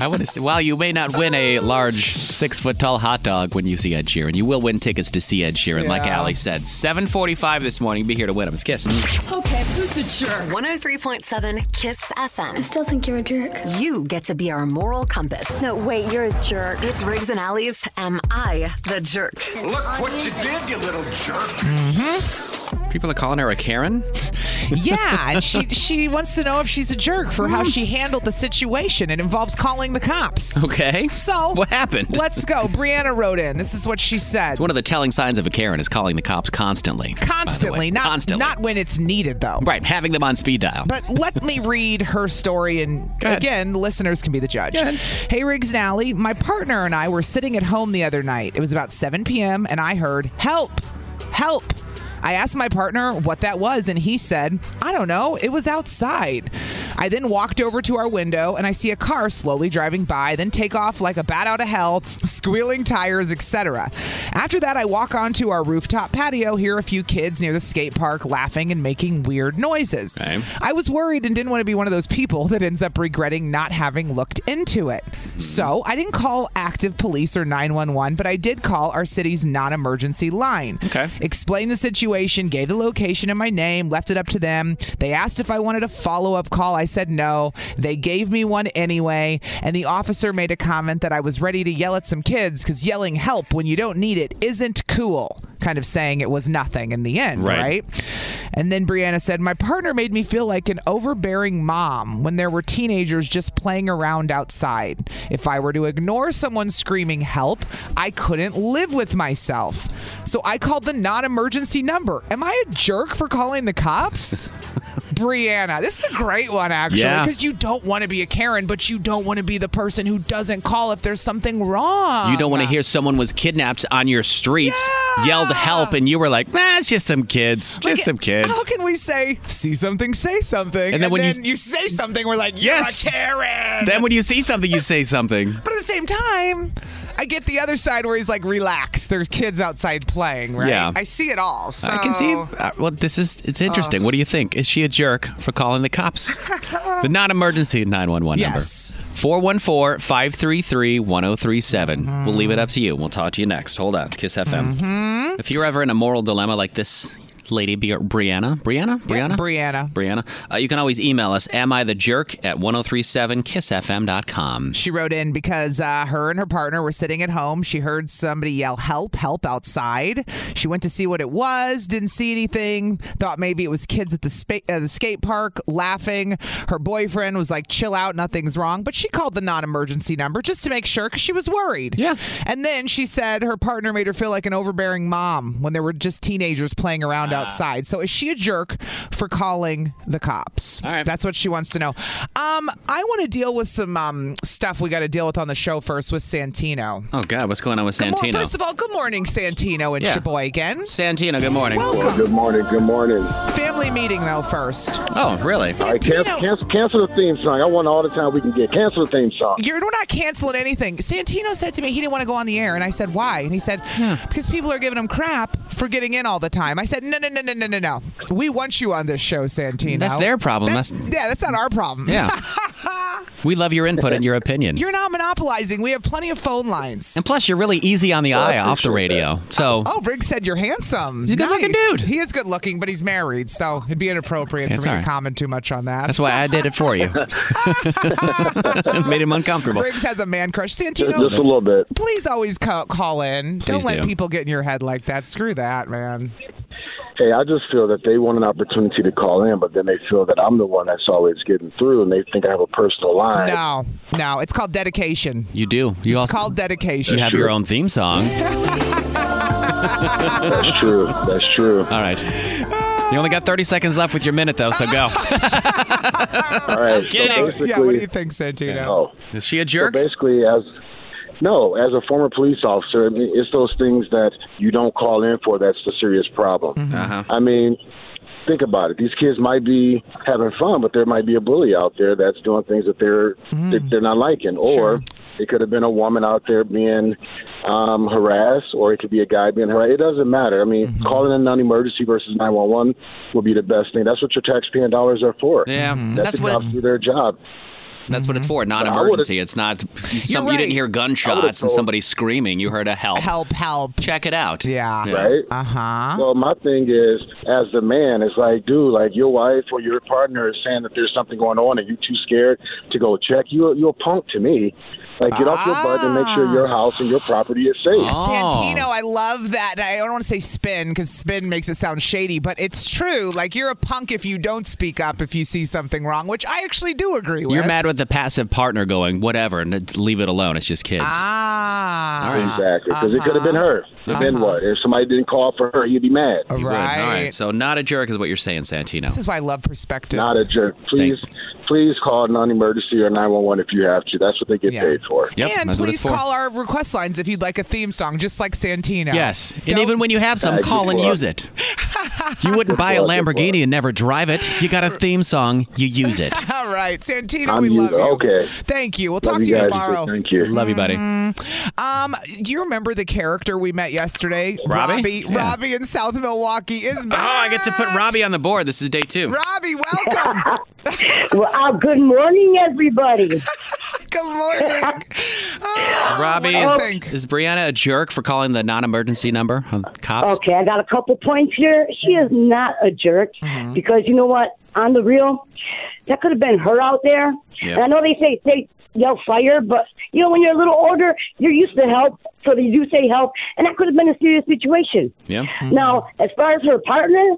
Speaker 4: I want to say, while you may not win a large six foot tall hot dog when you see Ed Sheeran, you will win tickets to see Ed Sheeran, like
Speaker 2: Yeah.
Speaker 4: Allie said. 745 this morning, be here to win them. It's Kiss.
Speaker 2: Okay, who's the jerk? 103.7 Kiss FM. I still think you're a jerk. You get to be our moral compass. No, wait, you're a jerk. It's Riggs and Allies. Am I the jerk? Look what you did, you little jerk.
Speaker 4: People are calling her a Karen?
Speaker 3: Mm-hmm. yeah, and she she wants to know if she's a jerk for how she handled the situation. It involves calling the cops.
Speaker 4: Okay.
Speaker 3: So
Speaker 4: What happened?
Speaker 3: Let's go. Brianna wrote in. This is what she said.
Speaker 4: It's one of the telling signs of a Karen is calling the cops constantly.
Speaker 3: Constantly, not
Speaker 4: Constantly.
Speaker 3: not when it's needed though.
Speaker 4: Right, having them on speed dial.
Speaker 3: But let me read her story, and again, listeners can be the judge. Hey, Riggs and Alley, my partner and I were sitting at home the other night. It was about 7 p.m., and I heard, Help! Help! I asked my partner what that was, and he said, I don't know, it was outside. I then walked over to our window, and I see a car slowly driving by, then take off like a bat out of hell, squealing tires, etc. After that, I walk onto our rooftop patio, hear a few kids near the skate park laughing and making weird noises. I was worried and didn't want to be one of those people that ends up regretting not having looked into it. So I didn't call active police or 911, but I did call our city's non emergency line. Okay. Explained the situation, gave the location and my name, left it up to them. They asked if I wanted a follow up call. I said no. They gave me one anyway. And the officer made a comment that I was ready to yell at some kids because yelling help when you don't need it isn't cool. Kind of saying it was nothing in the end,
Speaker 12: Right.
Speaker 3: right? And then Brianna said, My partner made me feel like an overbearing mom when there were teenagers just playing around outside. If I were to ignore someone screaming help, I couldn't live with myself. So I called the non emergency number. Am I a jerk for calling the cops? Brianna, this is a great one, actually,
Speaker 4: Yeah.
Speaker 3: because you don't want to be a Karen, but you don't want to be the person who doesn't call if there's something wrong.
Speaker 4: you don't want to hear someone was kidnapped on your streets, yelled help, and you were like, nah, it's just some kids. Just some kids.
Speaker 3: How can we say see something, say something, and
Speaker 4: then when you-
Speaker 3: you, say something, we're like, you're
Speaker 4: Yes.
Speaker 3: a Karen.
Speaker 4: Then when you see something, you say something.
Speaker 3: but at the same time, I get the other side where he's like, relax. There's kids outside playing, right?
Speaker 4: Yeah.
Speaker 3: I see it all. So.
Speaker 4: I can see. uh, well, this is it's interesting. what do you think? Is she a jerk for calling the cops? the non-emergency 911
Speaker 3: Yes.
Speaker 4: number. 414-533-1037.
Speaker 3: Mm-hmm.
Speaker 4: We'll leave it up to you. We'll talk to you next. Hold on. It's Kiss FM.
Speaker 3: Mm-hmm.
Speaker 4: If you're ever in a moral dilemma like this lady Bri- Brianna, Brianna, Brianna,
Speaker 3: Brianna,
Speaker 4: Brianna, uh, you can always email us am I the jerk at 1037kissfm.com.
Speaker 3: She wrote in because uh, her and her partner were sitting at home. She heard somebody yell, Help, help outside. She went to see what it was, didn't see anything, thought maybe it was kids at the, spa- uh, the skate park laughing. Her boyfriend was like, Chill out, nothing's wrong. But she called the non emergency number just to make sure because she was worried. Yeah. And then she said her partner made her feel like an overbearing mom when there were just teenagers playing around
Speaker 4: Ah.
Speaker 3: outside. So is she a jerk for calling the cops? All right. That's what she wants to know. Um, I want to deal with some um, stuff we got to deal with on the show first with Santino.
Speaker 4: Oh God, what's going on with
Speaker 3: Good mor-
Speaker 4: Santino?
Speaker 3: first of all, good morning, Santino and
Speaker 4: Yeah.
Speaker 3: Sheboygan.
Speaker 4: Santino, good morning.
Speaker 3: Welcome.
Speaker 13: Good morning. Good morning.
Speaker 3: Family meeting though first.
Speaker 4: Oh, really?
Speaker 13: All right, can, cancel, cancel the theme song. I want all the time we can get. Cancel the theme song.
Speaker 3: You're, we're not canceling anything. Santino said to me he didn't want to go on the air, and I said why? And he said
Speaker 4: Hmm.
Speaker 3: because people are giving him crap for getting in all the time. I said no, no, no, no, no, no, no. We want you on this show, Santino.
Speaker 4: That's their problem. That's-
Speaker 3: yeah, that's not our problem.
Speaker 4: Yeah. we love your input and your opinion.
Speaker 3: You're not monopolizing. We have plenty of phone lines.
Speaker 4: And plus, you're really easy on the eye off the radio. So
Speaker 3: Oh, Briggs said you're handsome. He's
Speaker 4: a good-looking
Speaker 3: dude. He is good looking, but he's married, so it'd be inappropriate
Speaker 4: It's
Speaker 3: for me
Speaker 4: all right.
Speaker 3: to comment too much on that.
Speaker 4: that's why I did it for you. Made him uncomfortable.
Speaker 3: Briggs has a man crush. Santino,
Speaker 4: Just a little bit.
Speaker 3: Please always call, call in. Don't
Speaker 13: Please
Speaker 3: let
Speaker 13: do.
Speaker 3: people get in your head like that. Screw that, man.
Speaker 13: Hey, I just feel that they want an opportunity to call in, but then they feel that I'm the one that's always getting through, and they think I have a personal line.
Speaker 3: No, no. It's called dedication.
Speaker 4: You do. You
Speaker 3: it's
Speaker 4: also
Speaker 3: called dedication.
Speaker 4: you have your own theme song.
Speaker 13: That's true. That's true.
Speaker 4: All right.
Speaker 12: You only got 30 seconds left with your minute, though, so go.
Speaker 13: All right.
Speaker 12: Kidding.
Speaker 13: So
Speaker 3: Yeah, what do
Speaker 13: basically-
Speaker 3: you think, Santino?
Speaker 13: No.
Speaker 4: Is she a jerk?
Speaker 13: basically, as no, as a former police officer, I mean, it's those things that you don't call in for. That's the serious problem.
Speaker 3: Mm-hmm.
Speaker 4: Uh-huh.
Speaker 13: I mean, think about it. These kids might be having fun, but there might be a bully out there that's doing things that they're
Speaker 3: Mm-hmm.
Speaker 13: that they're not liking, or it could have been a woman out there being um, harassed, or it could be a guy being harassed. It doesn't matter. I mean,
Speaker 3: Mm-hmm.
Speaker 13: calling a non-emergency versus nine one one would be the best thing. That's what your taxpaying dollars are for.
Speaker 4: Yeah. Mhm.
Speaker 13: that's,
Speaker 4: That's
Speaker 13: what
Speaker 4: what-
Speaker 13: do their job.
Speaker 4: That's what it's for. Not
Speaker 13: I would've-
Speaker 4: emergency. It's not. Some, You didn't hear gunshots and somebody screaming. You heard a help.
Speaker 3: Help, help.
Speaker 4: Check it out.
Speaker 3: Yeah.
Speaker 13: Right?
Speaker 3: Uh huh.
Speaker 13: Well, my thing is, as the man, it's like, dude, like your wife or your partner is saying that there's something going on, and you too scared to go check. You, you're a punk to me. Like, get off your butt and make sure your house and your property is safe.
Speaker 3: Oh.
Speaker 4: Oh.
Speaker 3: Santino, I love that. I don't want to say spin because spin makes it sound shady, but it's true. Like you're a punk if you don't speak up if you see something wrong, which I actually do agree with.
Speaker 4: You're mad with the passive partner going, whatever, and it's- leave it alone. It's just kids.
Speaker 3: Ah,
Speaker 4: All right.
Speaker 13: Exactly, because it could have been her. And Then what? If somebody didn't call for her, you'd be mad.
Speaker 4: You would. All right. So, not a jerk is what you're saying, Santino.
Speaker 3: This is why I love perspectives.
Speaker 13: Not a jerk. Please, please call non-emergency or 911 if you have to. That's what they get paid for.
Speaker 3: and please call our request lines if you'd like a theme song, just like Santino.
Speaker 4: Yes. And even when you have some,
Speaker 3: Thank
Speaker 4: call
Speaker 3: you
Speaker 4: and
Speaker 3: for-
Speaker 4: use it. You wouldn't buy a Lamborghini and never drive it. You got a theme song, you use it.
Speaker 3: All right, Santino,
Speaker 4: I'm
Speaker 3: we love
Speaker 4: used-
Speaker 3: you.
Speaker 4: okay.
Speaker 3: Thank you. We'll talk to you tomorrow.
Speaker 13: you.
Speaker 4: Love you, buddy.
Speaker 3: Um, do you remember the character we met yesterday?
Speaker 4: Robbie?
Speaker 3: Robbie,
Speaker 4: Yeah.
Speaker 3: Robbie in South Milwaukee is
Speaker 4: Oh,
Speaker 3: back.
Speaker 4: I get to put Robbie on the board. This is day two.
Speaker 3: Robbie, welcome.
Speaker 14: well, uh, good morning, everybody.
Speaker 3: good morning.
Speaker 4: Robbie,
Speaker 14: what do you
Speaker 4: is, is Brianna a jerk for calling the non emergency number on the cops?
Speaker 14: Okay, I got a couple points here. She is not a jerk because you know what? On the real, that could have been her out there.
Speaker 4: Yep.
Speaker 14: And I know they say they yell fire, but you know when you're a little older, you're used to help, so they do say help, and that could have been a serious situation.
Speaker 4: Yeah.
Speaker 3: Mm-hmm.
Speaker 14: Now, as far as her partner,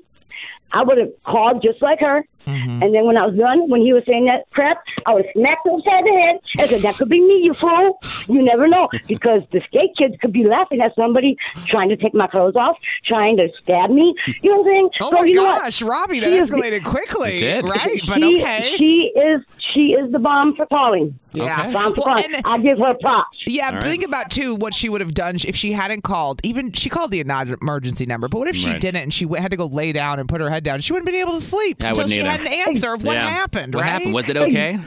Speaker 14: I would have called just like her.
Speaker 3: Mm-hmm.
Speaker 14: And then when I was done, when he was saying that crap, I would have smacked him upside the head and said, That could be me, you fool. You never know. Because the skate kids could be laughing at somebody trying to take my clothes off, trying to stab me. You know what I'm saying?
Speaker 3: Oh
Speaker 14: So
Speaker 3: my
Speaker 14: you know what?
Speaker 3: gosh, Robbie, that
Speaker 14: She is-
Speaker 3: escalated quickly. Right, but
Speaker 14: she,
Speaker 3: okay.
Speaker 14: She is she is the bomb for calling.
Speaker 3: Yeah. Okay.
Speaker 14: Bomb for
Speaker 3: Well,
Speaker 14: calling.
Speaker 3: and-
Speaker 14: I give her props.
Speaker 3: Yeah,
Speaker 14: All
Speaker 3: but
Speaker 14: right.
Speaker 3: think about too what she would have done if she hadn't called. Even she called the anog- emergency number, but what if she
Speaker 4: Right.
Speaker 3: didn't and she went, had to go lay down and put her head down? She wouldn't have been able to sleep
Speaker 4: I
Speaker 3: until
Speaker 4: wouldn't
Speaker 3: she
Speaker 4: either.
Speaker 3: had an answer of what
Speaker 4: Yeah.
Speaker 3: happened.
Speaker 4: What
Speaker 3: right?
Speaker 4: happened? Was it okay?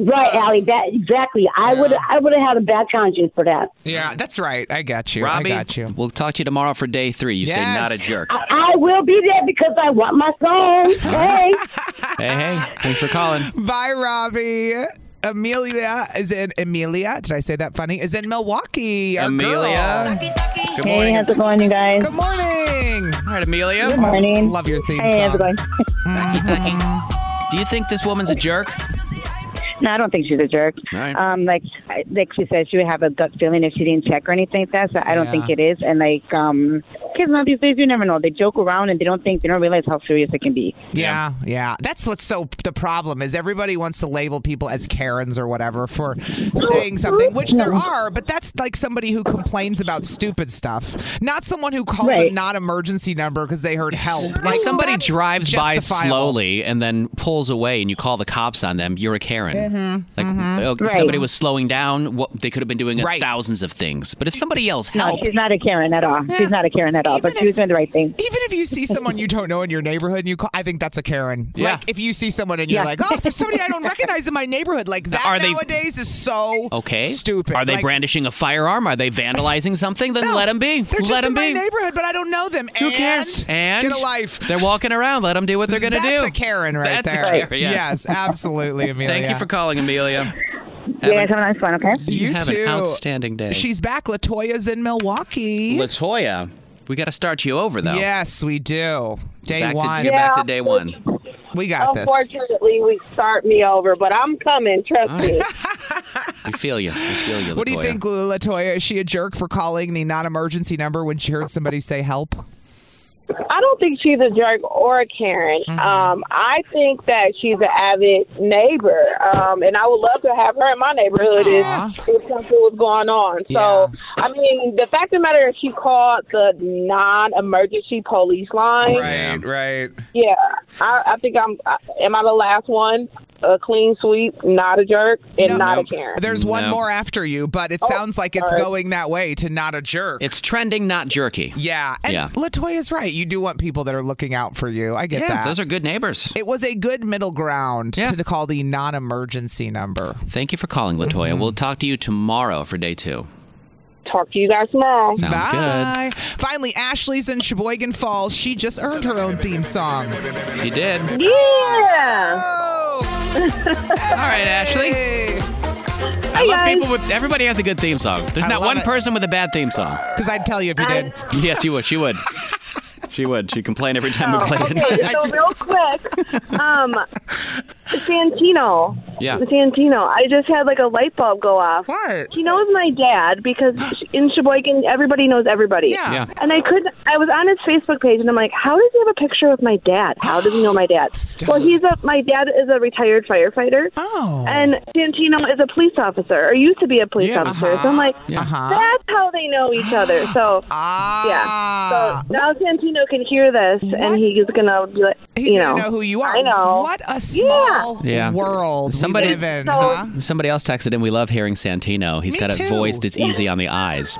Speaker 14: Right, Allie, that exactly. I would I would have had a bad conscience for that.
Speaker 3: Yeah, that's right. I got you.
Speaker 4: Robbie,
Speaker 3: I got you.
Speaker 4: we'll talk to you tomorrow for day three. You say not a jerk.
Speaker 14: I, I will be there because I want my song. Hey.
Speaker 4: hey, hey, thanks for calling.
Speaker 3: Bye, Robbie. Amelia is in Amelia. Did I say that funny? Is in Milwaukee. Our
Speaker 4: Amelia.
Speaker 3: girl.
Speaker 4: Good morning.
Speaker 3: how's
Speaker 14: it going, you guys?
Speaker 3: Good morning.
Speaker 4: All right, Amelia.
Speaker 3: Good morning. Love your theme
Speaker 4: Hey, how's it
Speaker 3: song.
Speaker 4: Do you think this woman's a jerk?
Speaker 15: No, I don't think she's a jerk. Um, like, I- like she said, she would have a gut feeling if she didn't check or anything like that. So I don't
Speaker 16: Yeah.
Speaker 15: think it is. And like, um, kids now these days, you never know. They joke around and they don't think they don't realize how serious it can be.
Speaker 3: Yeah, yeah. That's what's so the problem is everybody wants to label people as Karens or whatever for saying something, which there are, but that's like somebody who complains about stupid stuff, not someone who calls a not emergency number because they heard help.
Speaker 4: If somebody
Speaker 3: that's
Speaker 4: drives by
Speaker 3: justifiable.
Speaker 4: slowly and then pulls away and you call the cops on them, you're a Karen.
Speaker 3: Mhm,
Speaker 4: Like oh,
Speaker 15: Right.
Speaker 4: somebody was slowing down, what, they could have been doing thousands of things. But if somebody else
Speaker 15: No,
Speaker 4: helped,
Speaker 15: she's not a Karen at all. She's not a Karen at all. But she was doing the right thing.
Speaker 3: Even if you see someone you don't know in your neighborhood and you call, I think that's a Karen.
Speaker 4: Yeah.
Speaker 3: Like if you see someone and you're
Speaker 4: Yeah.
Speaker 3: like, oh, there's somebody I don't recognize in my neighborhood, like that
Speaker 4: Are they-
Speaker 3: nowadays is so
Speaker 4: okay,
Speaker 3: stupid.
Speaker 4: Are they
Speaker 3: Like-
Speaker 4: brandishing a firearm? Are they vandalizing something? Then let them be.
Speaker 3: They're just
Speaker 4: let
Speaker 3: in
Speaker 4: them
Speaker 3: my
Speaker 4: be.
Speaker 3: neighborhood, but I don't know them. Who and
Speaker 4: cares? And
Speaker 3: get a life.
Speaker 4: They're walking around. Let them do what they're going to do.
Speaker 3: That's a Karen right
Speaker 4: That's
Speaker 3: there.
Speaker 4: A Karen, yes.
Speaker 3: Yes, absolutely, Amelia.
Speaker 4: Thank you for calling, Amelia.
Speaker 15: You guys have a nice one, okay?
Speaker 3: You
Speaker 4: have
Speaker 3: too.
Speaker 4: an outstanding day.
Speaker 3: She's back. Latoya's in Milwaukee.
Speaker 4: Latoya. We got to start you over though.
Speaker 3: Yes, we do. Day
Speaker 4: back
Speaker 3: one.
Speaker 4: To, you're back to day one.
Speaker 3: We
Speaker 15: Oh,
Speaker 3: got this.
Speaker 17: Unfortunately, we start me over, but I'm coming. Trust me.
Speaker 4: We feel you. We feel you.
Speaker 3: What do you
Speaker 4: Latoya.
Speaker 3: think, Latoya? Is she a jerk for calling the non-emergency number when she heard somebody say help?
Speaker 17: I don't think she's a jerk or a Karen.
Speaker 3: Mm-hmm.
Speaker 17: Um, I think that she's an avid neighbor, um, and I would love to have her in my neighborhood if, if something was going on. So, I mean, the fact of the matter is, she called the non-emergency police line.
Speaker 16: Right, right.
Speaker 17: Yeah, I, I think I'm. I, am I the last one? A clean sweep, not a jerk, and not a Karen.
Speaker 3: There's one more after you, but it sounds like it's
Speaker 17: Oh, sorry.
Speaker 3: going that way to not a jerk.
Speaker 4: It's trending, not jerky.
Speaker 3: Yeah. And
Speaker 4: Yeah.
Speaker 3: Latoya's right. You do want people that are looking out for you. I get
Speaker 4: Yeah,
Speaker 3: that.
Speaker 4: those are good neighbors.
Speaker 3: It was a good middle ground to call the non emergency number.
Speaker 4: Thank you for calling, Latoya.
Speaker 3: Mm-hmm.
Speaker 4: We'll talk to you tomorrow for day two.
Speaker 17: Talk to you guys tomorrow.
Speaker 4: Sounds
Speaker 3: Bye. Finally, Ashley's in Sheboygan Falls. She just earned her own theme song.
Speaker 4: good. She did.
Speaker 3: Yeah.
Speaker 4: All right, Ashley. I love people with everybody has a good theme song. There's
Speaker 3: I
Speaker 4: not
Speaker 3: love
Speaker 4: one
Speaker 3: it.
Speaker 4: person with a bad theme song.
Speaker 3: Because I'd tell you if you did.
Speaker 4: yes, you would. She would. She would. She'd complain every time we played
Speaker 17: okay,
Speaker 4: it.
Speaker 17: so real quick, um, Santino.
Speaker 4: Yeah.
Speaker 17: Santino. I just had like a light bulb go off.
Speaker 3: What?
Speaker 17: He knows my dad because in Sheboygan, everybody knows everybody.
Speaker 3: Yeah. Yeah.
Speaker 17: And I could, I was on his Facebook page, and I'm like, how does he have a picture of my dad? How does he know my dad? well, he's a, my dad is a retired firefighter.
Speaker 3: Oh.
Speaker 17: And Santino is a police officer, or used to be a police
Speaker 3: Yeah.
Speaker 17: officer. So I'm like,
Speaker 3: Yeah. Uh-huh.
Speaker 17: that's how they know each other. So yeah.
Speaker 3: Ah.
Speaker 17: So now Santino can hear this, and he's gonna be like,
Speaker 3: He's
Speaker 17: you
Speaker 3: gonna
Speaker 17: know,
Speaker 3: know who you are.
Speaker 17: I know.
Speaker 3: What a small
Speaker 4: Yeah.
Speaker 3: world
Speaker 4: Somebody-
Speaker 3: we live in.
Speaker 4: So-
Speaker 3: huh?
Speaker 4: Somebody else texted in. We love hearing Santino. He's got a voice that's easy on the eyes.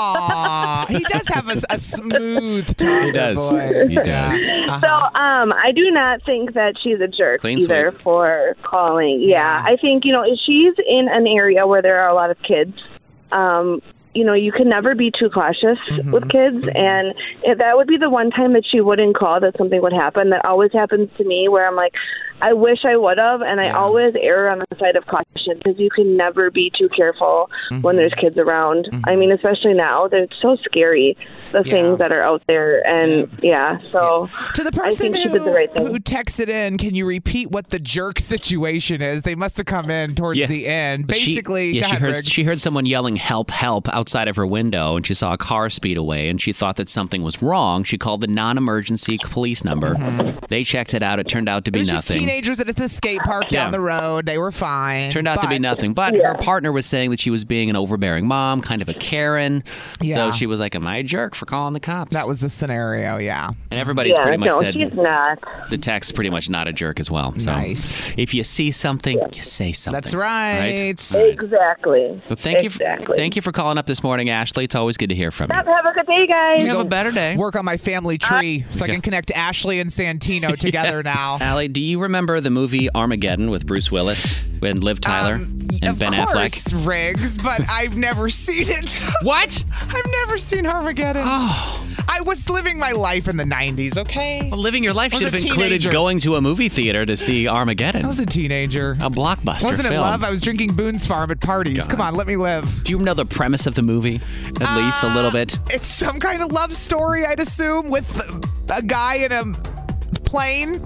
Speaker 3: Aw, he does have a, a smooth talker
Speaker 4: He does.
Speaker 3: voice.
Speaker 4: He does.
Speaker 17: So um, I do not think that she's a jerk
Speaker 4: Clean
Speaker 17: either
Speaker 4: sweep.
Speaker 17: for calling. Yeah, I think you know if she's in an area where there are a lot of kids. Um, you know, you can never be too cautious with kids, and if that would be the one time that she wouldn't call that something would happen. That always happens to me, where I'm like, I wish I would have, and I always err on the side of caution because you can never be too careful when there's kids around. I mean, especially now, they're so scary the things that are out there, and yeah, so
Speaker 3: To the
Speaker 17: I
Speaker 3: person
Speaker 17: think
Speaker 3: who,
Speaker 17: she did the right thing.
Speaker 3: who texted in, can you repeat what the jerk situation is? They must have come in towards
Speaker 4: Yeah.
Speaker 3: the end.
Speaker 4: But she-
Speaker 3: Basically,
Speaker 4: yeah,
Speaker 3: go
Speaker 4: she
Speaker 3: ahead,
Speaker 4: heard
Speaker 3: Riggs.
Speaker 4: she heard someone yelling "help, help" outside of her window, and she saw a car speed away, and she thought that something was wrong. She called the non-emergency police number. They checked it out. It turned out to
Speaker 3: Mm-hmm.
Speaker 4: be
Speaker 3: it was just
Speaker 4: nothing.
Speaker 3: teenagers at the skate park down
Speaker 4: Yeah.
Speaker 3: the road. They were fine.
Speaker 4: Turned out to be
Speaker 3: But-
Speaker 4: nothing. But her partner was saying that she was being an overbearing mom, kind of a Karen.
Speaker 3: Yeah.
Speaker 4: So she was like, "Am I a jerk for calling the cops?"
Speaker 3: That was the scenario. Yeah.
Speaker 4: And everybody's
Speaker 3: Yeah,
Speaker 4: pretty much
Speaker 3: no,
Speaker 4: said
Speaker 3: she's
Speaker 17: not.
Speaker 4: The text pretty much not a jerk as well. So
Speaker 3: Nice.
Speaker 4: If you see something, you say something.
Speaker 3: That's right.
Speaker 4: All right.
Speaker 17: Exactly.
Speaker 4: Well, thank you. For,
Speaker 3: Exactly.
Speaker 4: thank you for calling up this morning, Ashley. It's always good to hear from you.
Speaker 17: Have a good day, guys. Uh,
Speaker 4: You have a better day.
Speaker 3: Work on my family tree so I
Speaker 4: Okay.
Speaker 3: can connect Ashley and Santino together now.
Speaker 4: Allie, do you remember the movie Armageddon with Bruce Willis and Liv Tyler and Ben
Speaker 3: Um, of
Speaker 4: Affleck?
Speaker 3: course, Riggs, but I've never seen it.
Speaker 4: what?
Speaker 3: I've never seen Armageddon. Oh. I was living my life in the 90s, okay?
Speaker 4: Well, living your life
Speaker 3: was
Speaker 4: should have
Speaker 3: a
Speaker 4: included
Speaker 3: teenager.
Speaker 4: going to a movie theater to see Armageddon. I
Speaker 3: was a teenager.
Speaker 4: A blockbuster
Speaker 3: Wasn't
Speaker 4: film.
Speaker 3: in love. I was drinking Boone's Farm at parties. Come on, let me live. Uh,
Speaker 4: Do you know the premise of the movie? At least a little bit.
Speaker 3: It's some kind of love story, I'd assume, with a guy in a plane.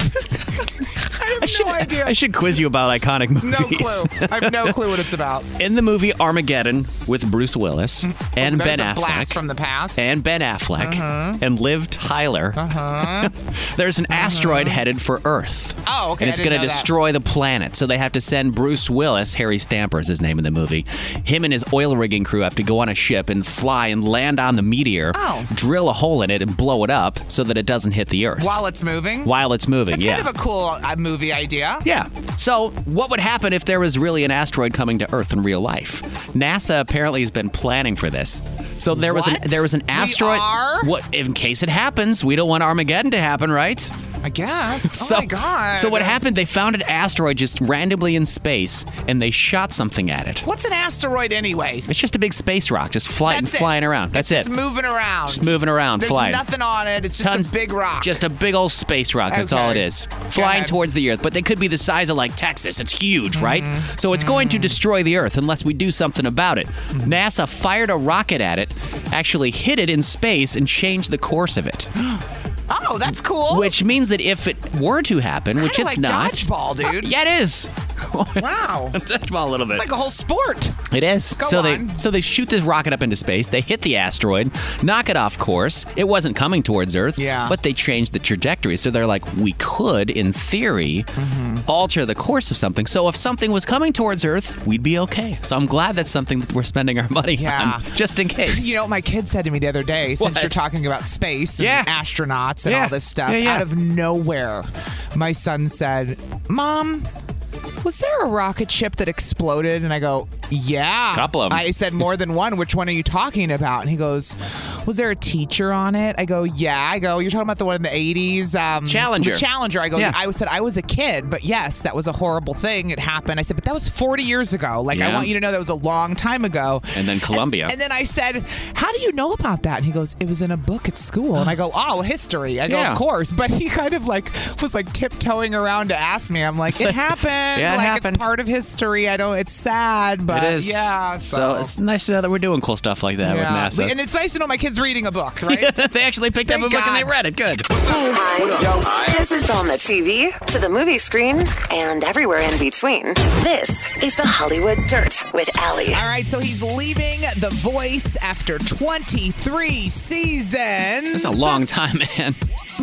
Speaker 3: I have no idea.
Speaker 4: I should quiz you about iconic movies.
Speaker 3: No clue. I have no clue what it's about. Mm-hmm.
Speaker 4: In the movie Armageddon with Bruce Willis and
Speaker 3: That
Speaker 4: Ben
Speaker 3: is a
Speaker 4: Affleck
Speaker 3: blast from the past.
Speaker 4: and Ben Affleck
Speaker 3: Uh-huh.
Speaker 4: and Liv Tyler, Uh-huh. there's an asteroid headed for Earth.
Speaker 3: Uh-huh. Oh, okay,
Speaker 4: And
Speaker 3: I
Speaker 4: it's
Speaker 3: didn't
Speaker 4: gonna
Speaker 3: know that.
Speaker 4: destroy the planet. So they have to send Bruce Willis, Harry Stamper is his name in the movie. Him and his oil rigging crew have to go on a ship and fly and land on the meteor,
Speaker 3: Oh.
Speaker 4: drill a hole in it and blow it up so that it doesn't hit the Earth
Speaker 3: While it's moving.
Speaker 4: while it's moving.
Speaker 3: That's
Speaker 4: yeah.
Speaker 3: kind of a cool uh, movie idea.
Speaker 4: Yeah. So, what would happen if there was really an asteroid coming to Earth in real life? NASA apparently has been planning for this. So there was
Speaker 3: What?
Speaker 4: an there was an
Speaker 3: We
Speaker 4: asteroid.
Speaker 3: are?
Speaker 4: What in case it happens? We don't want Armageddon to happen, right?
Speaker 3: I guess.
Speaker 4: so,
Speaker 3: oh my god.
Speaker 4: So what happened? They found an asteroid just randomly in space, and they shot something at it.
Speaker 3: What's an asteroid anyway?
Speaker 4: It's just a big space rock, just flying,
Speaker 3: That's it.
Speaker 4: flying around. That's
Speaker 3: It's
Speaker 4: it.
Speaker 3: just moving around.
Speaker 4: Just moving around,
Speaker 3: There's
Speaker 4: flying.
Speaker 3: nothing on it. It's
Speaker 4: Tons-
Speaker 3: just a big rock.
Speaker 4: Just a big old space rock. That's all it
Speaker 3: Okay.
Speaker 4: is. Flying towards the Earth, but they could be the size of like Texas. It's huge,
Speaker 3: Mm-hmm.
Speaker 4: right? So it's going to destroy the Earth unless we do something about it.
Speaker 3: Mm-hmm.
Speaker 4: NASA fired a rocket at it, actually hit it in space, and changed the course of it.
Speaker 3: oh, that's cool.
Speaker 4: Which means that if it were to happen, which
Speaker 3: Kinda
Speaker 4: it's
Speaker 3: like
Speaker 4: not,
Speaker 3: dodgeball, dude.
Speaker 4: yeah, it is.
Speaker 3: Wow.
Speaker 4: Touch ball a little bit.
Speaker 3: It's like a whole sport.
Speaker 4: It is.
Speaker 3: Go
Speaker 4: so
Speaker 3: on.
Speaker 4: they so they shoot this rocket up into space. They hit the asteroid, knock it off course. It wasn't coming towards Earth. Yeah. But they changed the trajectory. So they're like, we could, in theory,
Speaker 3: Mm-hmm.
Speaker 4: alter the course of something. So if something was coming towards Earth, we'd be okay. So I'm glad that's something that we're spending our money on, just in case.
Speaker 3: You know, what my kid said to me the other day, since
Speaker 4: What?
Speaker 3: you're talking about space and astronauts and
Speaker 4: Yeah.
Speaker 3: all this stuff,
Speaker 4: Yeah, yeah.
Speaker 3: out of nowhere, my son said, Mom, was there a rocket ship that exploded? And I go, Yeah.
Speaker 4: Couple of 'em.
Speaker 3: I said, More than one. Which one are you talking about? And he goes, Was there a teacher on it? I go, Yeah. I go, You're talking about the one in the 80s? Um,
Speaker 4: Challenger.
Speaker 3: Challenger. I go,
Speaker 4: Yeah.
Speaker 3: I said, I was a kid, but yes, that was a horrible thing. It happened. I said, But that was 40 years ago. Like, I
Speaker 4: Yeah.
Speaker 3: want you to know that was a long time ago.
Speaker 4: and then Columbia.
Speaker 3: And then I said, How do you know about that? And he goes, It was in a book at school. And I go, Oh, history. I go,
Speaker 4: Yeah.
Speaker 3: Of course. But he kind of like was like tiptoeing around to ask me. I'm like, It happened.
Speaker 4: Yeah, it
Speaker 3: like
Speaker 4: happened.
Speaker 3: it's part of history. I know it's sad, but
Speaker 4: it is.
Speaker 3: yeah.
Speaker 4: So. it's nice to know that we're doing cool stuff like that
Speaker 3: yeah.
Speaker 4: with NASA.
Speaker 3: And it's nice to know my kid's reading a book, right?
Speaker 4: they actually picked
Speaker 3: up a book and they
Speaker 4: read it. Good.
Speaker 2: This is on the TV, to the movie screen, and everywhere in between. This is the Hollywood Dirt with Allie.
Speaker 3: All right, so he's leaving The Voice after 23 seasons.
Speaker 4: It's a long time, man.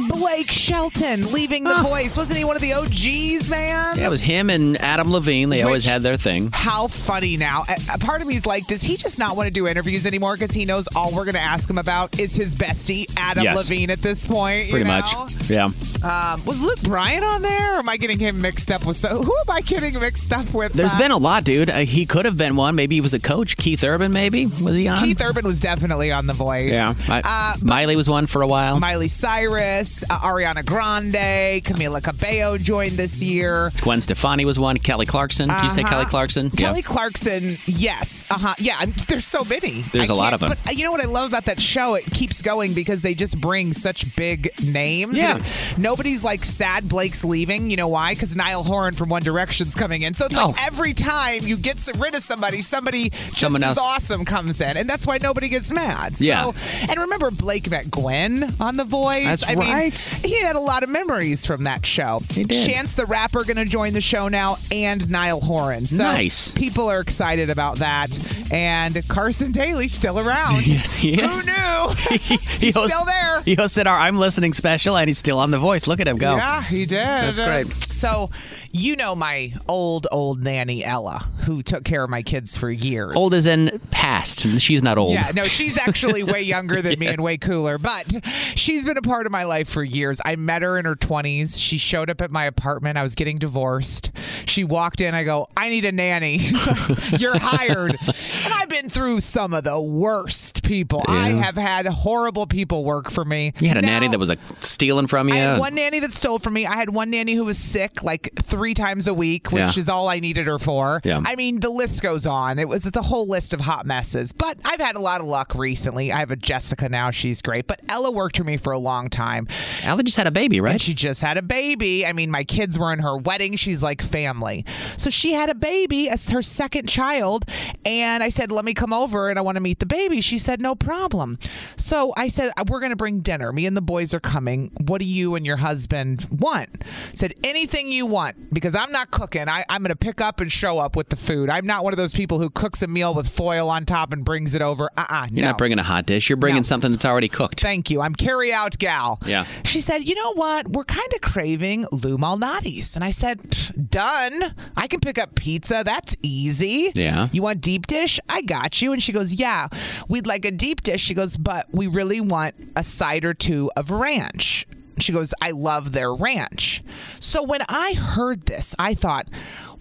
Speaker 3: Blake Shelton leaving The Voice. Wasn't he one of the OGs, man?
Speaker 4: Yeah, it was him and Adam Levine. They always
Speaker 3: Which-
Speaker 4: had their thing.
Speaker 3: How funny now. A- a part of me's like, does he just not want to do interviews anymore because he knows all we're going to ask him about is his bestie, Adam
Speaker 4: Yes.
Speaker 3: Levine, at this point? you
Speaker 4: Pretty much.
Speaker 3: know?
Speaker 4: Yeah.
Speaker 3: Um, was Luke Bryan on there? Or am I getting him mixed up with so? Who am I getting mixed up with?
Speaker 4: There's
Speaker 3: uh,
Speaker 4: been a lot, dude. Uh, he could have been one. Maybe he was a coach. Keith Urban, maybe was he on?
Speaker 3: Keith Urban was definitely on The Voice.
Speaker 4: Yeah.
Speaker 3: Uh,
Speaker 4: I- Miley was one for a while.
Speaker 3: Miley Cyrus, uh, Ariana Grande, Camila Cabello joined this year.
Speaker 4: Gwen Stefani was one. Kelly Clarkson. Did you say
Speaker 3: Uh-huh.
Speaker 4: Kelly Clarkson?
Speaker 3: Kelly
Speaker 4: yeah.
Speaker 3: Clarkson, yes, uh huh, yeah. and There's so many.
Speaker 4: There's
Speaker 3: a
Speaker 4: a lot of 'em.
Speaker 3: But uh, you know what I love about that show? It keeps going because they just bring such big names.
Speaker 4: Yeah.
Speaker 3: that it- nobody's like sad Blake's leaving. You know why? Because Niall Horan from One Direction's coming in. So it's
Speaker 4: Oh.
Speaker 3: like every time you get s- rid of somebody, somebody just
Speaker 4: Someone
Speaker 3: as
Speaker 4: else.
Speaker 3: awesome comes in, and that's why nobody gets mad.
Speaker 4: Yeah.
Speaker 3: So, and remember, Blake met Gwen on The Voice.
Speaker 4: That's
Speaker 3: I
Speaker 4: right.
Speaker 3: Mean, he had a lot of memories from that show. He
Speaker 4: did.
Speaker 3: Chance the Rapper going to join the show now, and Niall Horan. So
Speaker 4: Nice.
Speaker 3: People are excited about that. And Carson Daly's still around.
Speaker 4: Yes, he is.
Speaker 3: Who knew? He's
Speaker 4: host-
Speaker 3: still there.
Speaker 4: He hosted our "I'm Listening" special, and he's still on The Voice. Look at him go.
Speaker 3: Yeah, he did.
Speaker 4: That's great.
Speaker 3: So, you know my old, old nanny, Ella, who took care of my kids for years.
Speaker 4: Old as in past. She's not old.
Speaker 3: Yeah, no, she's actually way younger than me and way cooler, but she's been a part of my life for years. I met her in her 20s. She showed up at my apartment. I was getting divorced. She walked in. I go, I need a nanny. You're hired. and I've been through some of the worst people. I
Speaker 4: Yeah.
Speaker 3: have had horrible people work for me.
Speaker 4: You had a nanny that was like stealing from you.
Speaker 3: I had one nanny that stole from me. I had one nanny who was sick like three times a week, which
Speaker 4: Yeah.
Speaker 3: is all I needed her for.
Speaker 4: Yeah.
Speaker 3: I mean, the list goes on. It was it's a whole list of hot messes. But I've had a lot of luck recently. I have a Jessica now; she's great. But Ella worked for me for a long time.
Speaker 4: Ella just had a baby, right?
Speaker 3: And she just had a baby. I mean, my kids were in her wedding. She's like family. So she had a baby as her second child, and I said, "Let me come over and I want to meet the baby." She said, "No problem." So I said, "Uh, "We're going to bring dinner. Me and the boys are coming. What do you and your husband want?" Said, "Anything you want because I'm not cooking. I, I'm going to pick up and show up with the food. I'm not one of those people who cooks a meal with foil on top and brings it over. Uh-uh,
Speaker 4: You're
Speaker 3: no.
Speaker 4: not bringing a hot dish. You're bringing something that's already cooked.
Speaker 3: Thank you. I'm carry out gal.
Speaker 4: Yeah.
Speaker 3: She said, "You know what? We're kind of craving Lou Malnati's." And I said, "Pff, "Done. I can pick up pizza. That's easy."
Speaker 4: Yeah.
Speaker 3: You want deep dish? I got you. And she goes, "Yeah, we'd like a deep dish." She goes, "But we really want a side or two of ranch." She goes, I love their ranch. So when I heard this, I thought,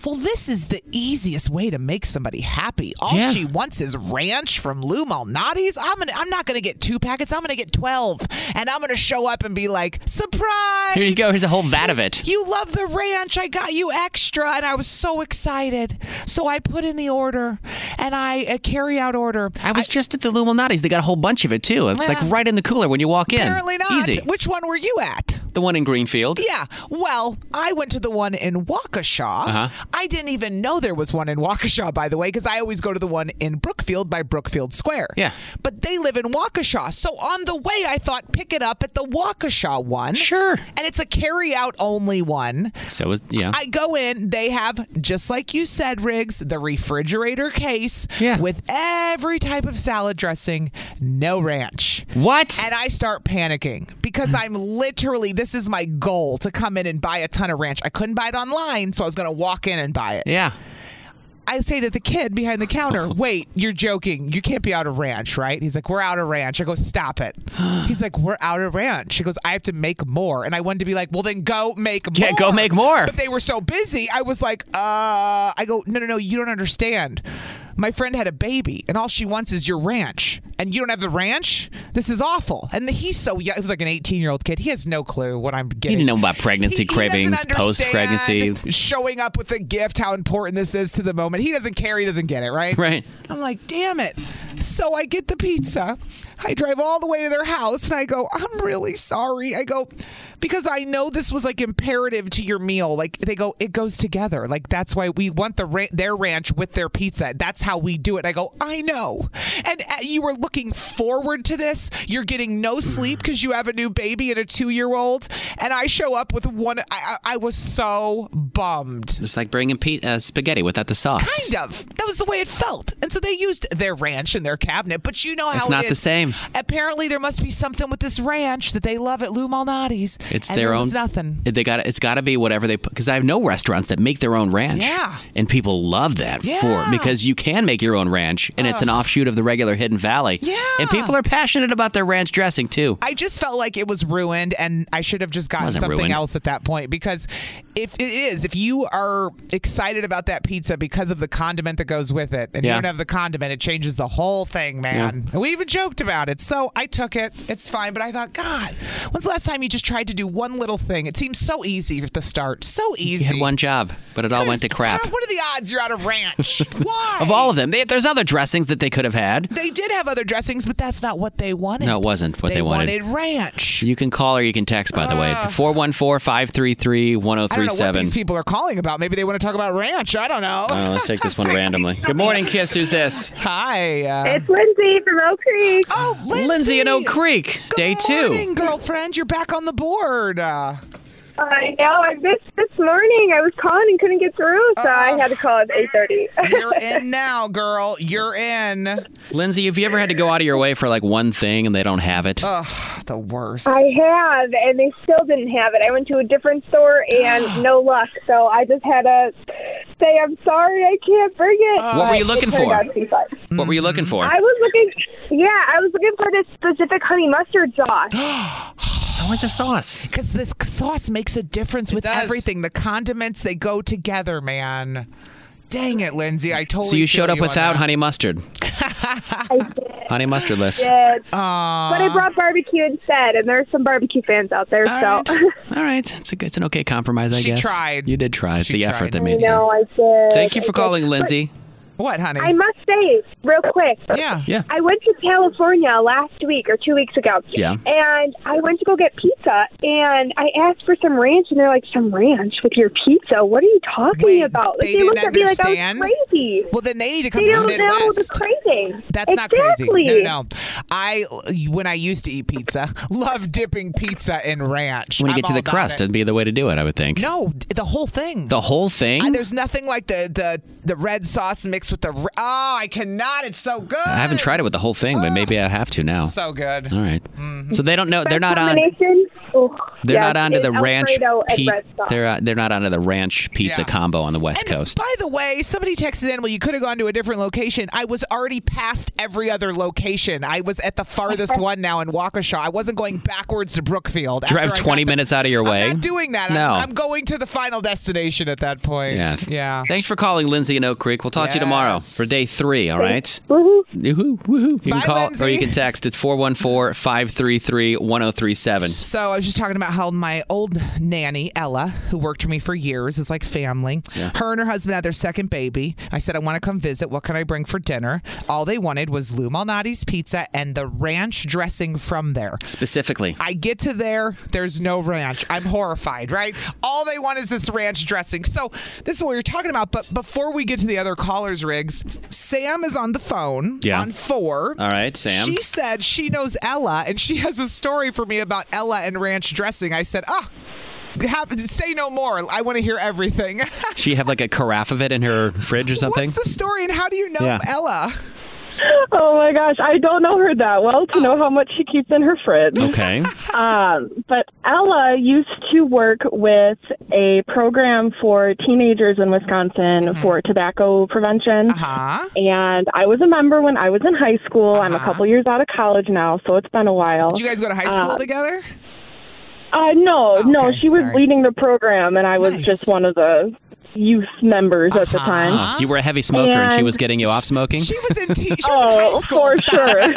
Speaker 3: well, this is the easiest way to make somebody happy. All she wants is ranch from Lou Malnati's. I'm gonna, I'm not gonna get two packets. I'm gonna get twelve, and I'm gonna show up and be like, surprise!
Speaker 4: Here you go. Here's a whole vat of it.
Speaker 3: You love the ranch. I got you extra. And I was so excited. So I put in the order and I, a carry out order.
Speaker 4: I was just at the Luminati's. They got a whole bunch of it too. It's like
Speaker 3: Yeah.
Speaker 4: right in the cooler when you walk in.
Speaker 3: Apparently not.
Speaker 4: Easy.
Speaker 3: Which one were you at?
Speaker 4: The one in Greenfield.
Speaker 3: Yeah. Well, I went to the one in Waukesha.
Speaker 4: Uh-huh.
Speaker 3: I didn't even know there was one in Waukesha, by the way, because I always go to the one in Brookfield by Brookfield Square. Yeah. But they live in Waukesha. So on the way, I thought, pick it up at the Waukesha one. Sure. And it's a carry out only one.
Speaker 4: So it, yeah.
Speaker 3: I go in, they have, just like you said, Riggs, the refrigerator case with every type of salad dressing, no ranch.
Speaker 4: What?
Speaker 3: And I start panicking because I'm literally, this is my goal to come in and buy a ton of ranch. I couldn't buy it online, so I was going to walk in and buy it.
Speaker 4: Yeah.
Speaker 3: I say to the kid behind the counter, wait, you're joking. You can't be out of ranch, right? He's like, we're out of ranch. I go, stop it. He's like, we're out of ranch. She goes, I have to make more. And I wanted to be like, well, then go make more.
Speaker 4: Yeah, go make more.
Speaker 3: But they were so busy. I was like, uh, I go, no, no, no, you don't understand. My friend had a baby, and all she wants is your ranch. And you don't have the ranch? This is awful. And he's so young. He was like an 18 year old kid. He has no clue what I'm
Speaker 4: You
Speaker 3: getting
Speaker 4: didn't know about pregnancy cravings, post pregnancy.
Speaker 3: showing up with a gift, how important this is to the moment. He doesn't care. He doesn't get it, right?
Speaker 4: Right.
Speaker 3: I'm like, damn it. So I get the pizza. I drive all the way to their house and I go, I'm really sorry. I go, because I know this was like imperative to your meal. Like they go, it goes together. Like that's why we want the ra- their ranch with their pizza. That's how we do it. I go, I know. And uh, you were looking forward to this. You're getting no sleep because you have a new baby and a two year old. And I show up with one. I, I, I was so bummed.
Speaker 4: It's like bringing pe- uh, spaghetti without the sauce.
Speaker 3: Kind of. That was the way it felt. And so they used their ranch in their cabinet, but you know how
Speaker 4: It's
Speaker 3: it
Speaker 4: not the
Speaker 3: is.
Speaker 4: same.
Speaker 3: Apparently, there must be something with this ranch that they love at Lou Malnati's.
Speaker 4: It's
Speaker 3: and
Speaker 4: their
Speaker 3: there
Speaker 4: own.
Speaker 3: Was nothing.
Speaker 4: They got it's got to be whatever they put because I have no restaurants that make their own ranch.
Speaker 3: Yeah.
Speaker 4: and people love that for it because you can make your own ranch and it's an offshoot of the regular Hidden Valley. Yeah, and people are passionate about their ranch dressing too.
Speaker 3: I just felt like it was ruined, and I should have just gotten
Speaker 4: Wasn't
Speaker 3: something
Speaker 4: ruined.
Speaker 3: else at that point. Because if it is, if you are excited about that pizza because of the condiment that goes with it, and
Speaker 4: Yeah.
Speaker 3: you don't have the condiment, it changes the whole thing, man. And we even joked about it. So I took it. It's fine. But I thought, God, when's the last time you just tried to do one little thing? It seems so easy at the start. So easy.
Speaker 4: You had one job, but it all went to crap.
Speaker 3: What are the odds you're out of ranch? Why?
Speaker 4: Of all of them, they, there's other dressings that they could have had.
Speaker 3: they did have other dressings, but that's not what they wanted.
Speaker 4: No, it wasn't what they, wanted.
Speaker 3: ranch.
Speaker 4: You can call or you can text, by the way. 414 533
Speaker 3: I don't know what
Speaker 4: 1037.
Speaker 3: these people are calling about. Maybe they want to talk about ranch. I don't know.
Speaker 4: Oh, Let's take this one randomly. Good morning, Kiss. Who's this?
Speaker 3: Hi. Uh,
Speaker 4: It's
Speaker 3: Lindsay from Oak Creek. Oh, Lindsay.
Speaker 4: Lindsay in Oak Creek, day two.
Speaker 3: Morning, girlfriend. You're back on the board. Uh,
Speaker 16: I know. I missed this morning. I was calling and couldn't get through, so I had to call at eight thirty.
Speaker 3: you're in now, girl. You're in.
Speaker 4: Lindsay, have you ever had to go out of your way for like one thing and they don't have it?
Speaker 3: Ugh, the worst.
Speaker 16: I have, and they still didn't have it. I went to a different store and no luck. So I just had to say, "I'm sorry, I can't bring it."
Speaker 4: What were you
Speaker 16: But it
Speaker 4: looking
Speaker 16: turned
Speaker 4: for?
Speaker 16: out to be fine.
Speaker 4: What were you looking for?
Speaker 3: mm-hmm.
Speaker 16: I was looking. Yeah, I was looking for this specific honey mustard sauce.
Speaker 4: It's always a sauce.
Speaker 3: Because this c- sauce makes a difference with everything. The condiments, they go together, man. Dang it, Lindsay. I totally
Speaker 4: so you
Speaker 3: feel
Speaker 4: showed up
Speaker 3: on
Speaker 4: without
Speaker 3: that.
Speaker 4: honey mustard. honey mustardless.
Speaker 16: Yes. But I brought barbecue instead, and there's some barbecue fans out there. so
Speaker 4: All right, it's, a, good- it's an okay compromise, I
Speaker 3: She
Speaker 4: guess.
Speaker 3: tried.
Speaker 4: You did try. the effort that
Speaker 16: I
Speaker 4: made
Speaker 16: know I
Speaker 4: sense.
Speaker 16: did.
Speaker 4: Thank you for
Speaker 16: I did.
Speaker 4: calling,
Speaker 16: But-
Speaker 4: Lindsay.
Speaker 3: What, honey?
Speaker 16: I must say, real quick.
Speaker 3: Yeah.
Speaker 4: Yeah.
Speaker 16: I went to California last week or two weeks ago.
Speaker 4: Yeah.
Speaker 16: And I went to go get pizza, and I asked for some ranch, and they're like, "Some ranch with your pizza? What are you talking about?" Like
Speaker 3: they
Speaker 16: they,
Speaker 3: didn't
Speaker 16: looked at me like I
Speaker 3: understand?
Speaker 16: was crazy.
Speaker 3: Well, then they need to come
Speaker 16: They
Speaker 3: to the
Speaker 16: don't know the
Speaker 3: Midwest.
Speaker 16: craving.
Speaker 3: That's
Speaker 16: exactly.
Speaker 3: not crazy. No, no, no. I when I used to eat pizza, loved dipping pizza in ranch.
Speaker 4: When you
Speaker 3: I'm
Speaker 4: get to
Speaker 3: all
Speaker 4: the
Speaker 3: about
Speaker 4: crust,
Speaker 3: it.
Speaker 4: it'd be the way to do it, I would think.
Speaker 3: No, d- the whole thing.
Speaker 4: The whole thing?
Speaker 3: Uh, there's nothing like the, the the red sauce mixed with the. re- Oh, I cannot. It's so good.
Speaker 4: I haven't tried it with the whole thing, but maybe I have to now.
Speaker 3: So good. Mm-hmm.
Speaker 4: All right. So they don't know. They're not on.
Speaker 16: Combination? Oh,
Speaker 4: They're
Speaker 16: yes,
Speaker 4: not onto the
Speaker 16: it's
Speaker 4: ranch.
Speaker 16: Alfredo and
Speaker 4: pe-
Speaker 16: red sauce.
Speaker 4: they're uh, they're not onto the ranch pizza combo on the West Coast.
Speaker 3: By the way, somebody texted in, well, you could have gone to a different location. I was already past every other location. I was at the farthest one now in Waukesha. I wasn't going backwards to Brookfield. after
Speaker 4: Drive
Speaker 3: I got
Speaker 4: 20 minutes out of your way.
Speaker 3: doing that.
Speaker 4: No.
Speaker 3: I'm, I'm going to the final destination at that point.
Speaker 4: Yeah.
Speaker 3: Yeah.
Speaker 4: Thanks for calling, Lindsay in Oak Creek. We'll talk to you tomorrow for day three, all right?
Speaker 16: Woohoo.
Speaker 4: Woohoo. Woohoo. You can call or
Speaker 3: Lindsay.
Speaker 4: oh you can text. It's 414 533 1037.
Speaker 3: So I was just talking about how my old nanny, Ella, who worked for me for years, is like family. Her and her husband had their second baby. I said, I want to come visit. What can I bring for dinner? All they wanted was Lou Malnati's pizza and the ranch dressing from there.
Speaker 4: Specifically.
Speaker 3: I get to there, there's no ranch. I'm horrified, right? All they want is this ranch dressing. So this is what we were talking about. But before we get to the other callers, Riggs, Sam is on the phone
Speaker 4: Yeah.
Speaker 3: on four.
Speaker 4: All right, Sam.
Speaker 3: She said she knows Ella and she has a story for me about Ella and ranch dressing. I said, ah, have, say no more. I want to hear everything.
Speaker 4: she have like a carafe of it in her fridge or something?
Speaker 3: What's the story and how do you know
Speaker 4: Yeah.
Speaker 3: Ella?
Speaker 16: Oh my gosh, I don't know her that well to know how much she keeps in her fridge.
Speaker 4: Okay.
Speaker 16: Um, but Ella used to work with a program for teenagers in Wisconsin for tobacco prevention.
Speaker 3: Mm-hmm. Uh-huh.
Speaker 16: And I was a member when I was in high school. I'm a couple years out of college now, so it's been a while.
Speaker 3: Did you guys go to high school
Speaker 16: Um,
Speaker 3: together? Oh,
Speaker 16: Uh, no, no, she was leading the program, and I was just one of the youth members at
Speaker 3: Uh-huh.
Speaker 16: the time.
Speaker 4: Oh, you were a heavy smoker and, she
Speaker 16: And-
Speaker 4: was getting you off smoking? She
Speaker 3: was in t- she
Speaker 16: oh, for sure.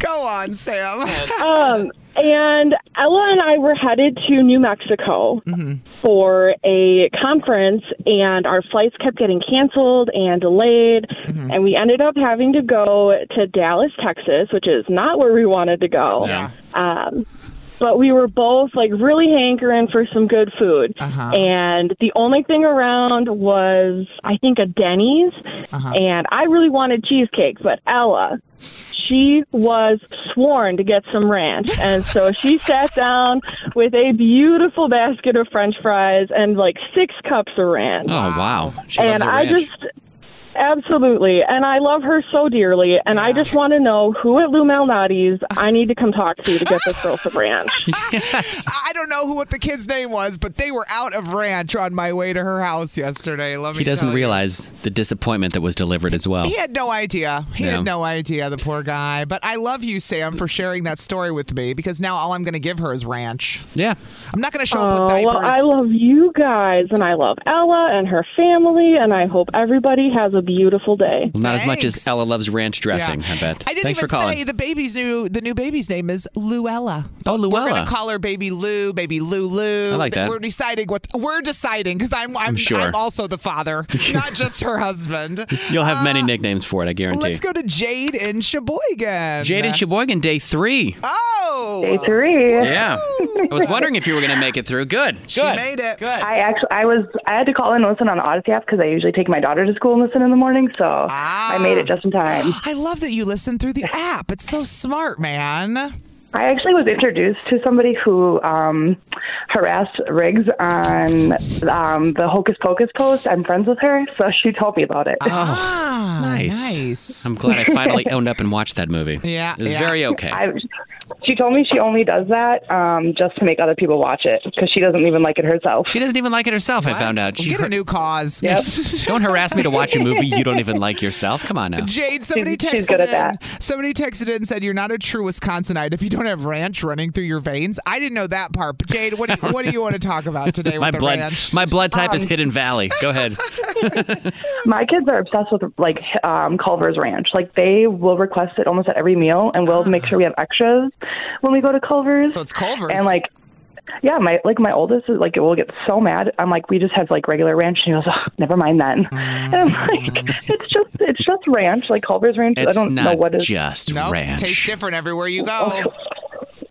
Speaker 3: Go on, Sam.
Speaker 16: um, and Ella and I were headed to New Mexico for a conference, and our flights kept getting canceled and delayed, and we ended up having to go to Dallas, Texas, which is not where we wanted to go. Um, but we were both like really hankering for some good food, and the only thing around was I think a Denny's, and I really wanted cheesecake, but Ella she was sworn to get some ranch. And so she sat down with a beautiful basket of french fries and like six cups of ranch.
Speaker 4: Oh, wow. She
Speaker 16: and
Speaker 4: loves a
Speaker 16: I
Speaker 4: ranch.
Speaker 16: just, absolutely. And I love her so dearly. And I just want to know who at Lou Malnati's I need to come talk to to get this girl some ranch.
Speaker 3: I don't know who what the kid's name was, but they were out of ranch on my way to her house yesterday. Let me
Speaker 4: He doesn't
Speaker 3: tell you.
Speaker 4: realize the disappointment that was delivered as well.
Speaker 3: He had no idea. He
Speaker 4: Yeah.
Speaker 3: had no idea, the poor guy. But I love you, Sam, for sharing that story with me because now all I'm going to give her is ranch.
Speaker 4: Yeah.
Speaker 3: I'm not going to show up
Speaker 16: Oh,
Speaker 3: with diapers.
Speaker 16: well, I love you guys, and I love Ella and her family, and I hope everybody has a beautiful day.
Speaker 4: Well, not as much as Ella loves ranch dressing, I bet.
Speaker 3: I didn't
Speaker 4: Thanks for
Speaker 3: even
Speaker 4: calling.
Speaker 3: say the baby's new. The new baby's name is Luella.
Speaker 4: Oh,
Speaker 3: We're
Speaker 4: Luella.
Speaker 3: gonna call her Baby Lou, Baby Lulu.
Speaker 4: I like that.
Speaker 3: We're deciding what we're deciding because I'm I'm,
Speaker 4: sure.
Speaker 3: I'm also the father, not just her husband.
Speaker 4: You'll have many nicknames for it, I guarantee.
Speaker 3: Uh, Let's go to Jade in Sheboygan.
Speaker 4: Jade and Sheboygan, day three.
Speaker 3: Oh,
Speaker 4: Day
Speaker 18: three.
Speaker 4: Yeah. I was wondering if you were going to make it through. Good.
Speaker 18: She
Speaker 4: Good.
Speaker 18: made
Speaker 3: it. Good.
Speaker 18: I actually, I was, I had to call and listen on Odyssey app because I usually take my daughter to school and listen in the morning, so I made it just in time.
Speaker 3: I love that you listen through the app. It's so smart, man.
Speaker 18: I actually was introduced to somebody who um, harassed Riggs on um, the Hocus Pocus post. I'm friends with her, so she told me about
Speaker 4: Oh.
Speaker 18: it.
Speaker 3: Ah,
Speaker 4: nice. I'm glad I finally owned up and watched that movie.
Speaker 3: Yeah.
Speaker 4: It was very okay.
Speaker 18: I, she told me she only does that um, just to make other people watch it because she doesn't even like it herself. She
Speaker 4: doesn't even like it herself. I found out. She
Speaker 3: Get a new cause.
Speaker 4: don't harass me to watch a movie you don't even like yourself. Come on now.
Speaker 3: Jade, somebody
Speaker 18: She's-
Speaker 3: texted
Speaker 18: she's good at
Speaker 3: in.
Speaker 18: that.
Speaker 3: Somebody texted in and said, "You're not a true Wisconsinite if you don't have ranch running through your veins." I didn't know that part. But Jade, what do you, what do you want to talk about today
Speaker 4: my
Speaker 3: with the
Speaker 4: blood,
Speaker 3: ranch?
Speaker 4: my blood type
Speaker 3: Um,
Speaker 4: is Hidden Valley. Go ahead.
Speaker 18: My kids are obsessed with like um, Culver's Ranch. Like they will request it almost at every meal, and we'll make sure we have extras when we go to Culver's. So
Speaker 3: it's Culver's,
Speaker 18: and like. Yeah, my like my oldest is like will get so mad. I'm like, we just have like regular ranch, and he goes, oh, never mind
Speaker 4: Mm.
Speaker 18: then. And I'm like, it's just it's just ranch, like Culver's ranch.
Speaker 4: It's
Speaker 18: I don't know
Speaker 4: not
Speaker 18: what Oh, is
Speaker 4: just Nope, ranch.
Speaker 3: Tastes different everywhere you go.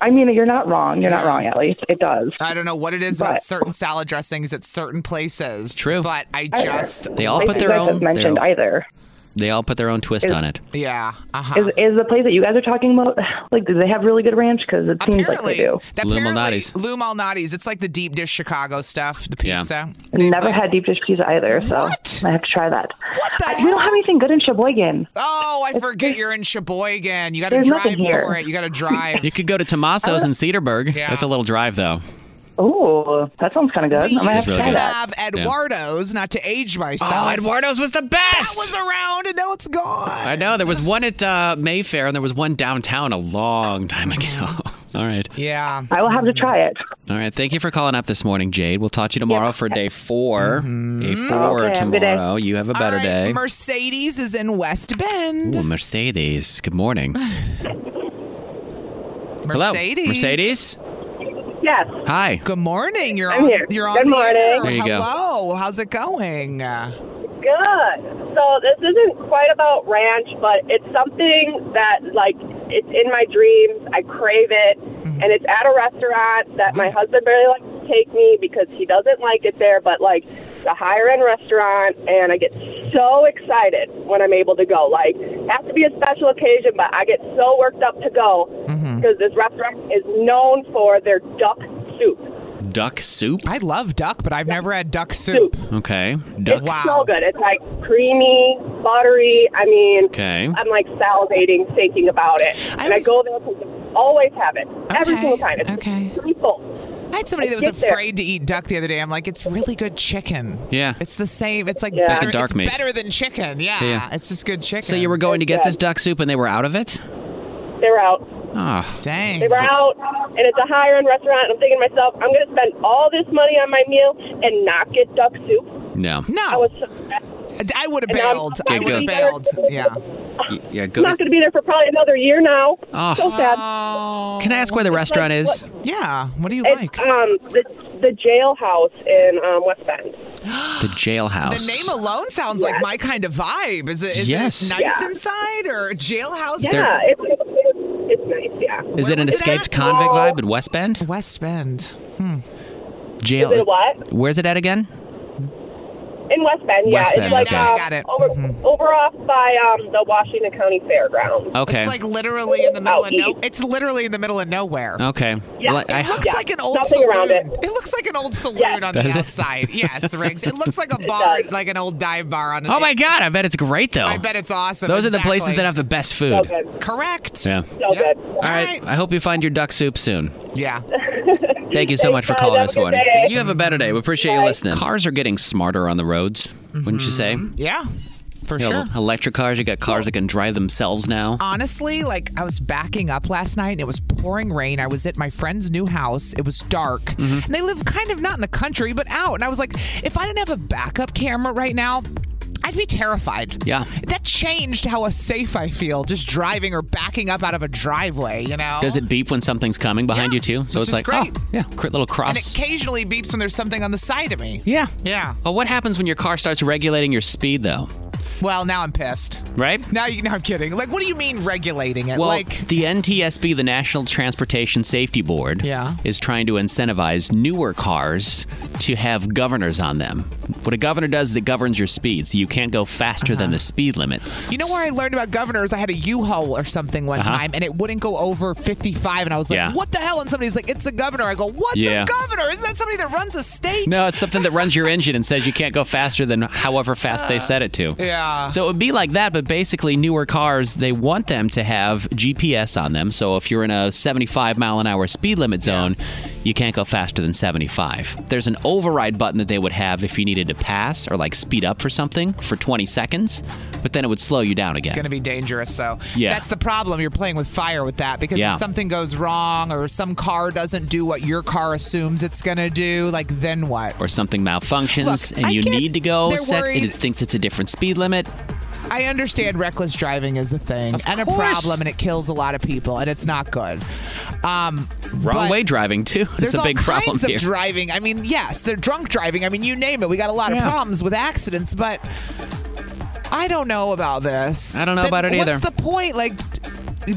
Speaker 18: I mean, you're not wrong. You're not wrong, Allie. It does.
Speaker 3: I don't know what it is about certain salad dressings at certain places. true, but I
Speaker 18: I-
Speaker 3: just
Speaker 4: They all put
Speaker 18: places
Speaker 4: their
Speaker 18: that
Speaker 4: own-
Speaker 18: I've mentioned
Speaker 4: their-
Speaker 18: either.
Speaker 4: They all put their own twist on it.
Speaker 3: Yeah. Uh-huh.
Speaker 18: Is is the place that you guys are talking about? Like, do they have really good ranch? Because it seems like they do.
Speaker 4: Lou Malnati's.
Speaker 3: Lou Malnati's. It's like the deep dish Chicago stuff. The pizza.
Speaker 18: Never had deep dish pizza either, so I have to try that. we don't have anything good in Sheboygan.
Speaker 3: Oh, I forget you're in Sheboygan. You got to
Speaker 18: There's
Speaker 3: drive
Speaker 18: nothing here.
Speaker 3: for it. You got to drive.
Speaker 4: You could go to
Speaker 3: Uh,
Speaker 4: Tomaso's in Cedarburg. That's a little drive, though.
Speaker 18: Oh, that sounds kind of good.
Speaker 3: We
Speaker 18: I might have to
Speaker 3: used to
Speaker 18: try that.
Speaker 3: have Eduardo's, not to age myself.
Speaker 4: Oh, Eduardo's was the best.
Speaker 3: That was around, and now it's gone.
Speaker 4: I know. There was one at uh, Mayfair and there was one downtown a long time ago. All right.
Speaker 3: Yeah.
Speaker 18: I will have to try it.
Speaker 4: All right. Thank you for calling up this morning, Jade. We'll talk to you tomorrow for day 4 Day four
Speaker 3: Okay, have a good day.
Speaker 4: tomorrow. You have a better day.
Speaker 3: Mercedes is in West Bend.
Speaker 4: Ooh, Mercedes. Good morning.
Speaker 3: Mercedes.
Speaker 4: Mercedes.
Speaker 3: Yes.
Speaker 4: Hi.
Speaker 3: Good morning. You're
Speaker 4: I'm
Speaker 3: on.
Speaker 4: here.
Speaker 3: You're on.
Speaker 4: Good
Speaker 3: the
Speaker 4: morning.
Speaker 3: air.
Speaker 4: There you go.
Speaker 3: Hello. How's it going?
Speaker 19: Good. So this isn't quite about ranch, but it's something that like it's in my dreams. I crave it, and it's at a restaurant that my husband barely likes to take me because he doesn't like it there. But like the higher end restaurant, and I get so excited when I'm able to go. Like has to be a special occasion, but I get so worked up to go because this restaurant is known for their duck soup.
Speaker 4: Duck soup.
Speaker 3: I love duck, but I've never had duck soup.
Speaker 4: Okay. Duck.
Speaker 19: It's so good. It's like creamy, buttery. I mean,
Speaker 4: Okay.
Speaker 19: I'm like salivating thinking about it. and I go there because I always have it. Every single time. It's okay.
Speaker 3: I had somebody that was afraid to eat duck the other day. I'm like, it's really good chicken.
Speaker 4: Yeah.
Speaker 3: It's the same. It's like
Speaker 4: It's like
Speaker 3: better,
Speaker 4: a dark
Speaker 3: it's
Speaker 4: meat.
Speaker 3: better than chicken. Yeah.
Speaker 4: Yeah.
Speaker 3: It's just good chicken.
Speaker 4: So you were going to get this duck soup and they were out of it?
Speaker 19: They were out.
Speaker 4: Oh.
Speaker 3: Dang.
Speaker 19: They were out, and it's a higher end restaurant. And I'm thinking to myself, I'm going to spend all this money on my meal and not get duck soup.
Speaker 4: No.
Speaker 3: No.
Speaker 19: I was so
Speaker 3: I would have
Speaker 19: bailed.
Speaker 4: I would have
Speaker 3: bailed. Yeah.
Speaker 4: Y- Yeah.
Speaker 19: I'm
Speaker 4: Go.
Speaker 19: not going to be there for probably another year now.
Speaker 4: Oh.
Speaker 19: So sad.
Speaker 3: Oh.
Speaker 4: Can I ask where the restaurant is?
Speaker 3: Yeah. What do you
Speaker 19: like? Um, the, the jailhouse in um, West Bend.
Speaker 4: The jailhouse.
Speaker 3: The name alone sounds like my kind of vibe. Is it, is
Speaker 4: Yes.
Speaker 3: it nice
Speaker 4: Yeah.
Speaker 3: inside or a jailhouse?
Speaker 4: Is there- Yeah,
Speaker 19: it's, it's nice, yeah.
Speaker 4: Is it an escaped convict
Speaker 3: Oh.
Speaker 4: vibe in West Bend?
Speaker 3: West Bend. Hmm.
Speaker 4: Jail.
Speaker 19: Is it what?
Speaker 4: Where's it at again?
Speaker 19: In West Bend, yeah.
Speaker 4: West Bend,
Speaker 19: it's like
Speaker 4: okay.
Speaker 19: um,
Speaker 4: Got it.
Speaker 19: Over,
Speaker 3: Mm-hmm.
Speaker 19: over off by um, the Washington County Fairgrounds.
Speaker 4: Okay.
Speaker 3: It's like literally in the middle of no. It's literally in the middle of nowhere.
Speaker 4: Okay.
Speaker 3: Yeah.
Speaker 4: Well, I-
Speaker 3: it looks
Speaker 4: Yeah.
Speaker 3: like an old
Speaker 19: Nothing
Speaker 3: saloon.
Speaker 19: around
Speaker 3: it. looks like an old saloon on
Speaker 4: Does
Speaker 3: the
Speaker 4: it?
Speaker 3: outside. Yes, Riggs. It looks like a bar, like an old dive bar on. the
Speaker 4: Oh my God! I bet it's great though.
Speaker 3: I bet it's awesome.
Speaker 4: Those are the places
Speaker 3: Exactly.
Speaker 4: that have the best food.
Speaker 3: Correct.
Speaker 4: Yeah.
Speaker 3: So
Speaker 19: good.
Speaker 4: All right. I hope you find your duck soup soon.
Speaker 3: Yeah.
Speaker 4: Thank you so much for
Speaker 3: guys.
Speaker 4: calling
Speaker 3: Have
Speaker 4: this
Speaker 3: a good
Speaker 4: morning.
Speaker 3: day.
Speaker 4: You have a better day. We appreciate you listening. Mm-hmm. Cars are getting smarter on the roads, wouldn't you say?
Speaker 3: Yeah. For
Speaker 4: You know,
Speaker 3: sure.
Speaker 4: Electric cars. You got cars that can drive themselves now.
Speaker 3: Uh-huh. Honestly, like I was backing up last night and it was pouring rain. I was at my friend's new house. It was dark.
Speaker 4: Mm-hmm.
Speaker 3: And they live kind of not in the country, but out. And I was like, if I didn't have a backup camera right now, I'd be terrified.
Speaker 4: Yeah.
Speaker 3: That changed how safe I feel just driving or backing up out of a driveway, you know?
Speaker 4: Does it beep when something's coming behind you too? So it's
Speaker 3: which is
Speaker 4: like,
Speaker 3: great.
Speaker 4: oh, yeah, cr- little
Speaker 3: and
Speaker 4: cross.
Speaker 3: it occasionally beeps when there's something on the side of me.
Speaker 4: Yeah.
Speaker 3: Yeah.
Speaker 4: Well, what happens when your car starts regulating your speed though?
Speaker 3: Well, now I'm pissed.
Speaker 4: Right?
Speaker 3: Now, you, no, I'm kidding. Like, what do you mean regulating it?
Speaker 4: Well,
Speaker 3: like,
Speaker 4: the NTSB, the National Transportation Safety Board,
Speaker 3: Yeah.
Speaker 4: is trying to incentivize newer cars to have governors on them. What a governor does is it governs your speed, so you can't go faster
Speaker 3: Uh-huh.
Speaker 4: than the speed limit.
Speaker 3: You know where I learned about governors? I had a U-Haul or something one
Speaker 4: Uh-huh.
Speaker 3: time, and it wouldn't go over 55, and I was like,
Speaker 4: Yeah.
Speaker 3: "What the hell?" And somebody's like, "It's a governor." I go, "What's
Speaker 4: Yeah.
Speaker 3: a governor? Isn't that somebody that runs a state?"
Speaker 4: No, it's something that runs your engine and says you can't go faster than however fast they set it to.
Speaker 3: Uh, Yeah.
Speaker 4: So it would be like that, but basically, newer cars, they want them to have GPS on them. So if you're in a 75 mile an hour speed limit zone, you can't go faster than 75. There's an override button that they would have if you needed to pass or like speed up for something for 20 seconds, but then it would slow you down
Speaker 3: It's
Speaker 4: again.
Speaker 3: going to be dangerous, though.
Speaker 4: Yeah.
Speaker 3: That's the problem. You're playing with fire with that because
Speaker 4: Yeah.
Speaker 3: if something goes wrong or some car doesn't do what your car assumes it's going to do, like, then what?
Speaker 4: or something malfunctions
Speaker 3: Look,
Speaker 4: and
Speaker 3: I
Speaker 4: you
Speaker 3: get
Speaker 4: need to go
Speaker 3: they're
Speaker 4: set
Speaker 3: worried.
Speaker 4: it thinks it's a different speed limit.
Speaker 3: I understand reckless driving is a thing and a
Speaker 4: course.
Speaker 3: problem, and it kills a lot of people, and it's not good. Um,
Speaker 4: Wrong
Speaker 3: but-
Speaker 4: way driving too. It's
Speaker 3: There's
Speaker 4: a big
Speaker 3: all
Speaker 4: problem
Speaker 3: kinds
Speaker 4: here.
Speaker 3: of driving. I mean, yes, they're drunk driving. I mean, you name it. We got a lot
Speaker 4: Yeah.
Speaker 3: of problems with accidents, but I don't know about this.
Speaker 4: I don't know
Speaker 3: Then
Speaker 4: about it either.
Speaker 3: What's the point? Like,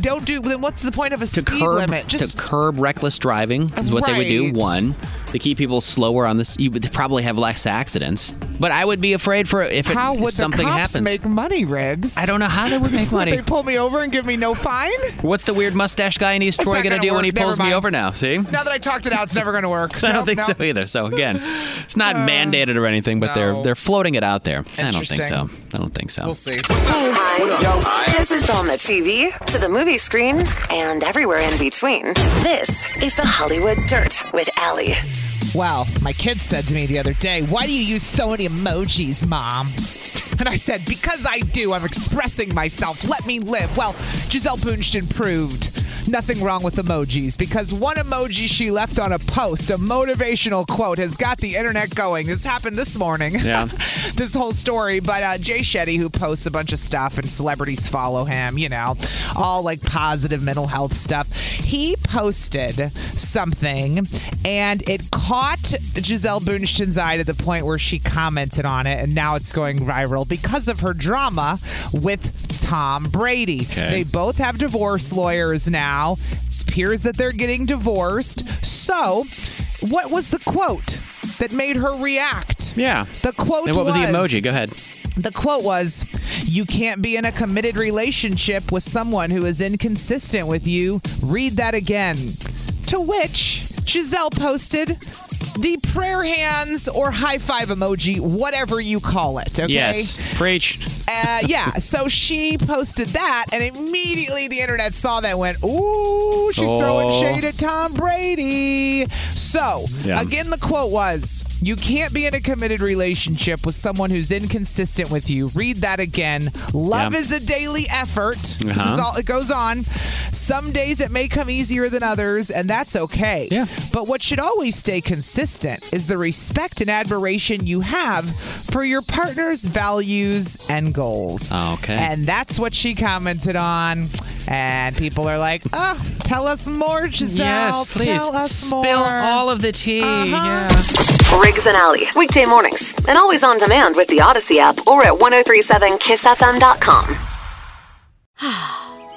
Speaker 3: don't do. Then what's the point of a speed limit? Just
Speaker 4: to curb reckless driving is what they would do.
Speaker 3: Right.
Speaker 4: One, to keep people slower on this, you would probably have less accidents. But I would be afraid for if, it,
Speaker 3: how
Speaker 4: if
Speaker 3: would
Speaker 4: something
Speaker 3: the cops
Speaker 4: happens.
Speaker 3: make money, Riggs?
Speaker 4: I don't know how they would make money.
Speaker 3: they pull me over and give me no fine.
Speaker 4: What's the weird mustache guy in East
Speaker 3: It's
Speaker 4: Troy
Speaker 3: not
Speaker 4: going to
Speaker 3: gonna
Speaker 4: do when he
Speaker 3: work. Never
Speaker 4: pulls me
Speaker 3: mind.
Speaker 4: over now? See?
Speaker 3: Now that I talked it out, it's never going to work.
Speaker 4: I don't
Speaker 3: Nope,
Speaker 4: think
Speaker 3: nope. Uh,
Speaker 4: so either. So again, it's not mandated or anything, but they're they're floating it out there. I don't think so.
Speaker 2: Interesting.
Speaker 4: I don't think so.
Speaker 3: We'll see.
Speaker 2: This is on the TV, to the movie screen, and everywhere in between. This is the Hollywood Dirt with Allie.
Speaker 3: Well, my kid said to me the other day, Why do you use so many emojis, mom? And I said, Because I do. I'm expressing myself. Let me live. Well, Giselle Bundchen proved nothing wrong with emojis because one emoji she left on a post, a motivational quote, has got the internet going. This happened this morning.
Speaker 4: Yeah.
Speaker 3: this whole story. But uh, Jay Shetty, who posts a bunch of stuff and celebrities follow him, you know, all like positive mental health stuff, he posted something and it caught Giselle Bundchen's eye to the point where she commented on it and now it's going viral because of her drama with Tom Brady.
Speaker 20: Okay.
Speaker 3: They both have divorce lawyers now. It appears that they're getting divorced. So, what was the quote that made her react?
Speaker 12: Yeah.
Speaker 3: The quote
Speaker 12: And what was, the
Speaker 3: was-
Speaker 12: emoji? Go ahead.
Speaker 3: the quote was, You can't be in a committed relationship with someone who is inconsistent with you. Read that again. To which Giselle posted the prayer hands or high five emoji, whatever you call it. Okay.
Speaker 12: Yes. Preach.
Speaker 3: Uh, yeah, so she posted that, and immediately the internet saw that and went, Ooh, she's throwing
Speaker 20: Oh.
Speaker 3: shade at Tom Brady. So,
Speaker 20: Yeah.
Speaker 3: again, the quote was You can't be in a committed relationship with someone who's inconsistent with you. Read that again. Love
Speaker 20: Yeah.
Speaker 3: is a daily effort. This is
Speaker 20: Uh-huh.
Speaker 3: all, it goes on. Some days it may come easier than others, and that's okay. Yeah. But what should always stay consistent is the respect and admiration you have for your partner's values and goals.
Speaker 12: Okay.
Speaker 3: And that's what she commented on. And people are like, oh, tell us more, Giselle.
Speaker 12: Yes, please.
Speaker 3: Tell us
Speaker 12: Spill
Speaker 3: more. Uh-huh.
Speaker 12: all of the tea.
Speaker 2: Riggs and Alley, weekday mornings, and always on demand with the Odyssey app or at 1037kissfm.com.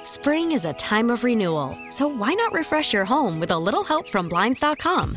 Speaker 1: Spring is a time of renewal, so why not refresh your home with a little help from Blinds.com?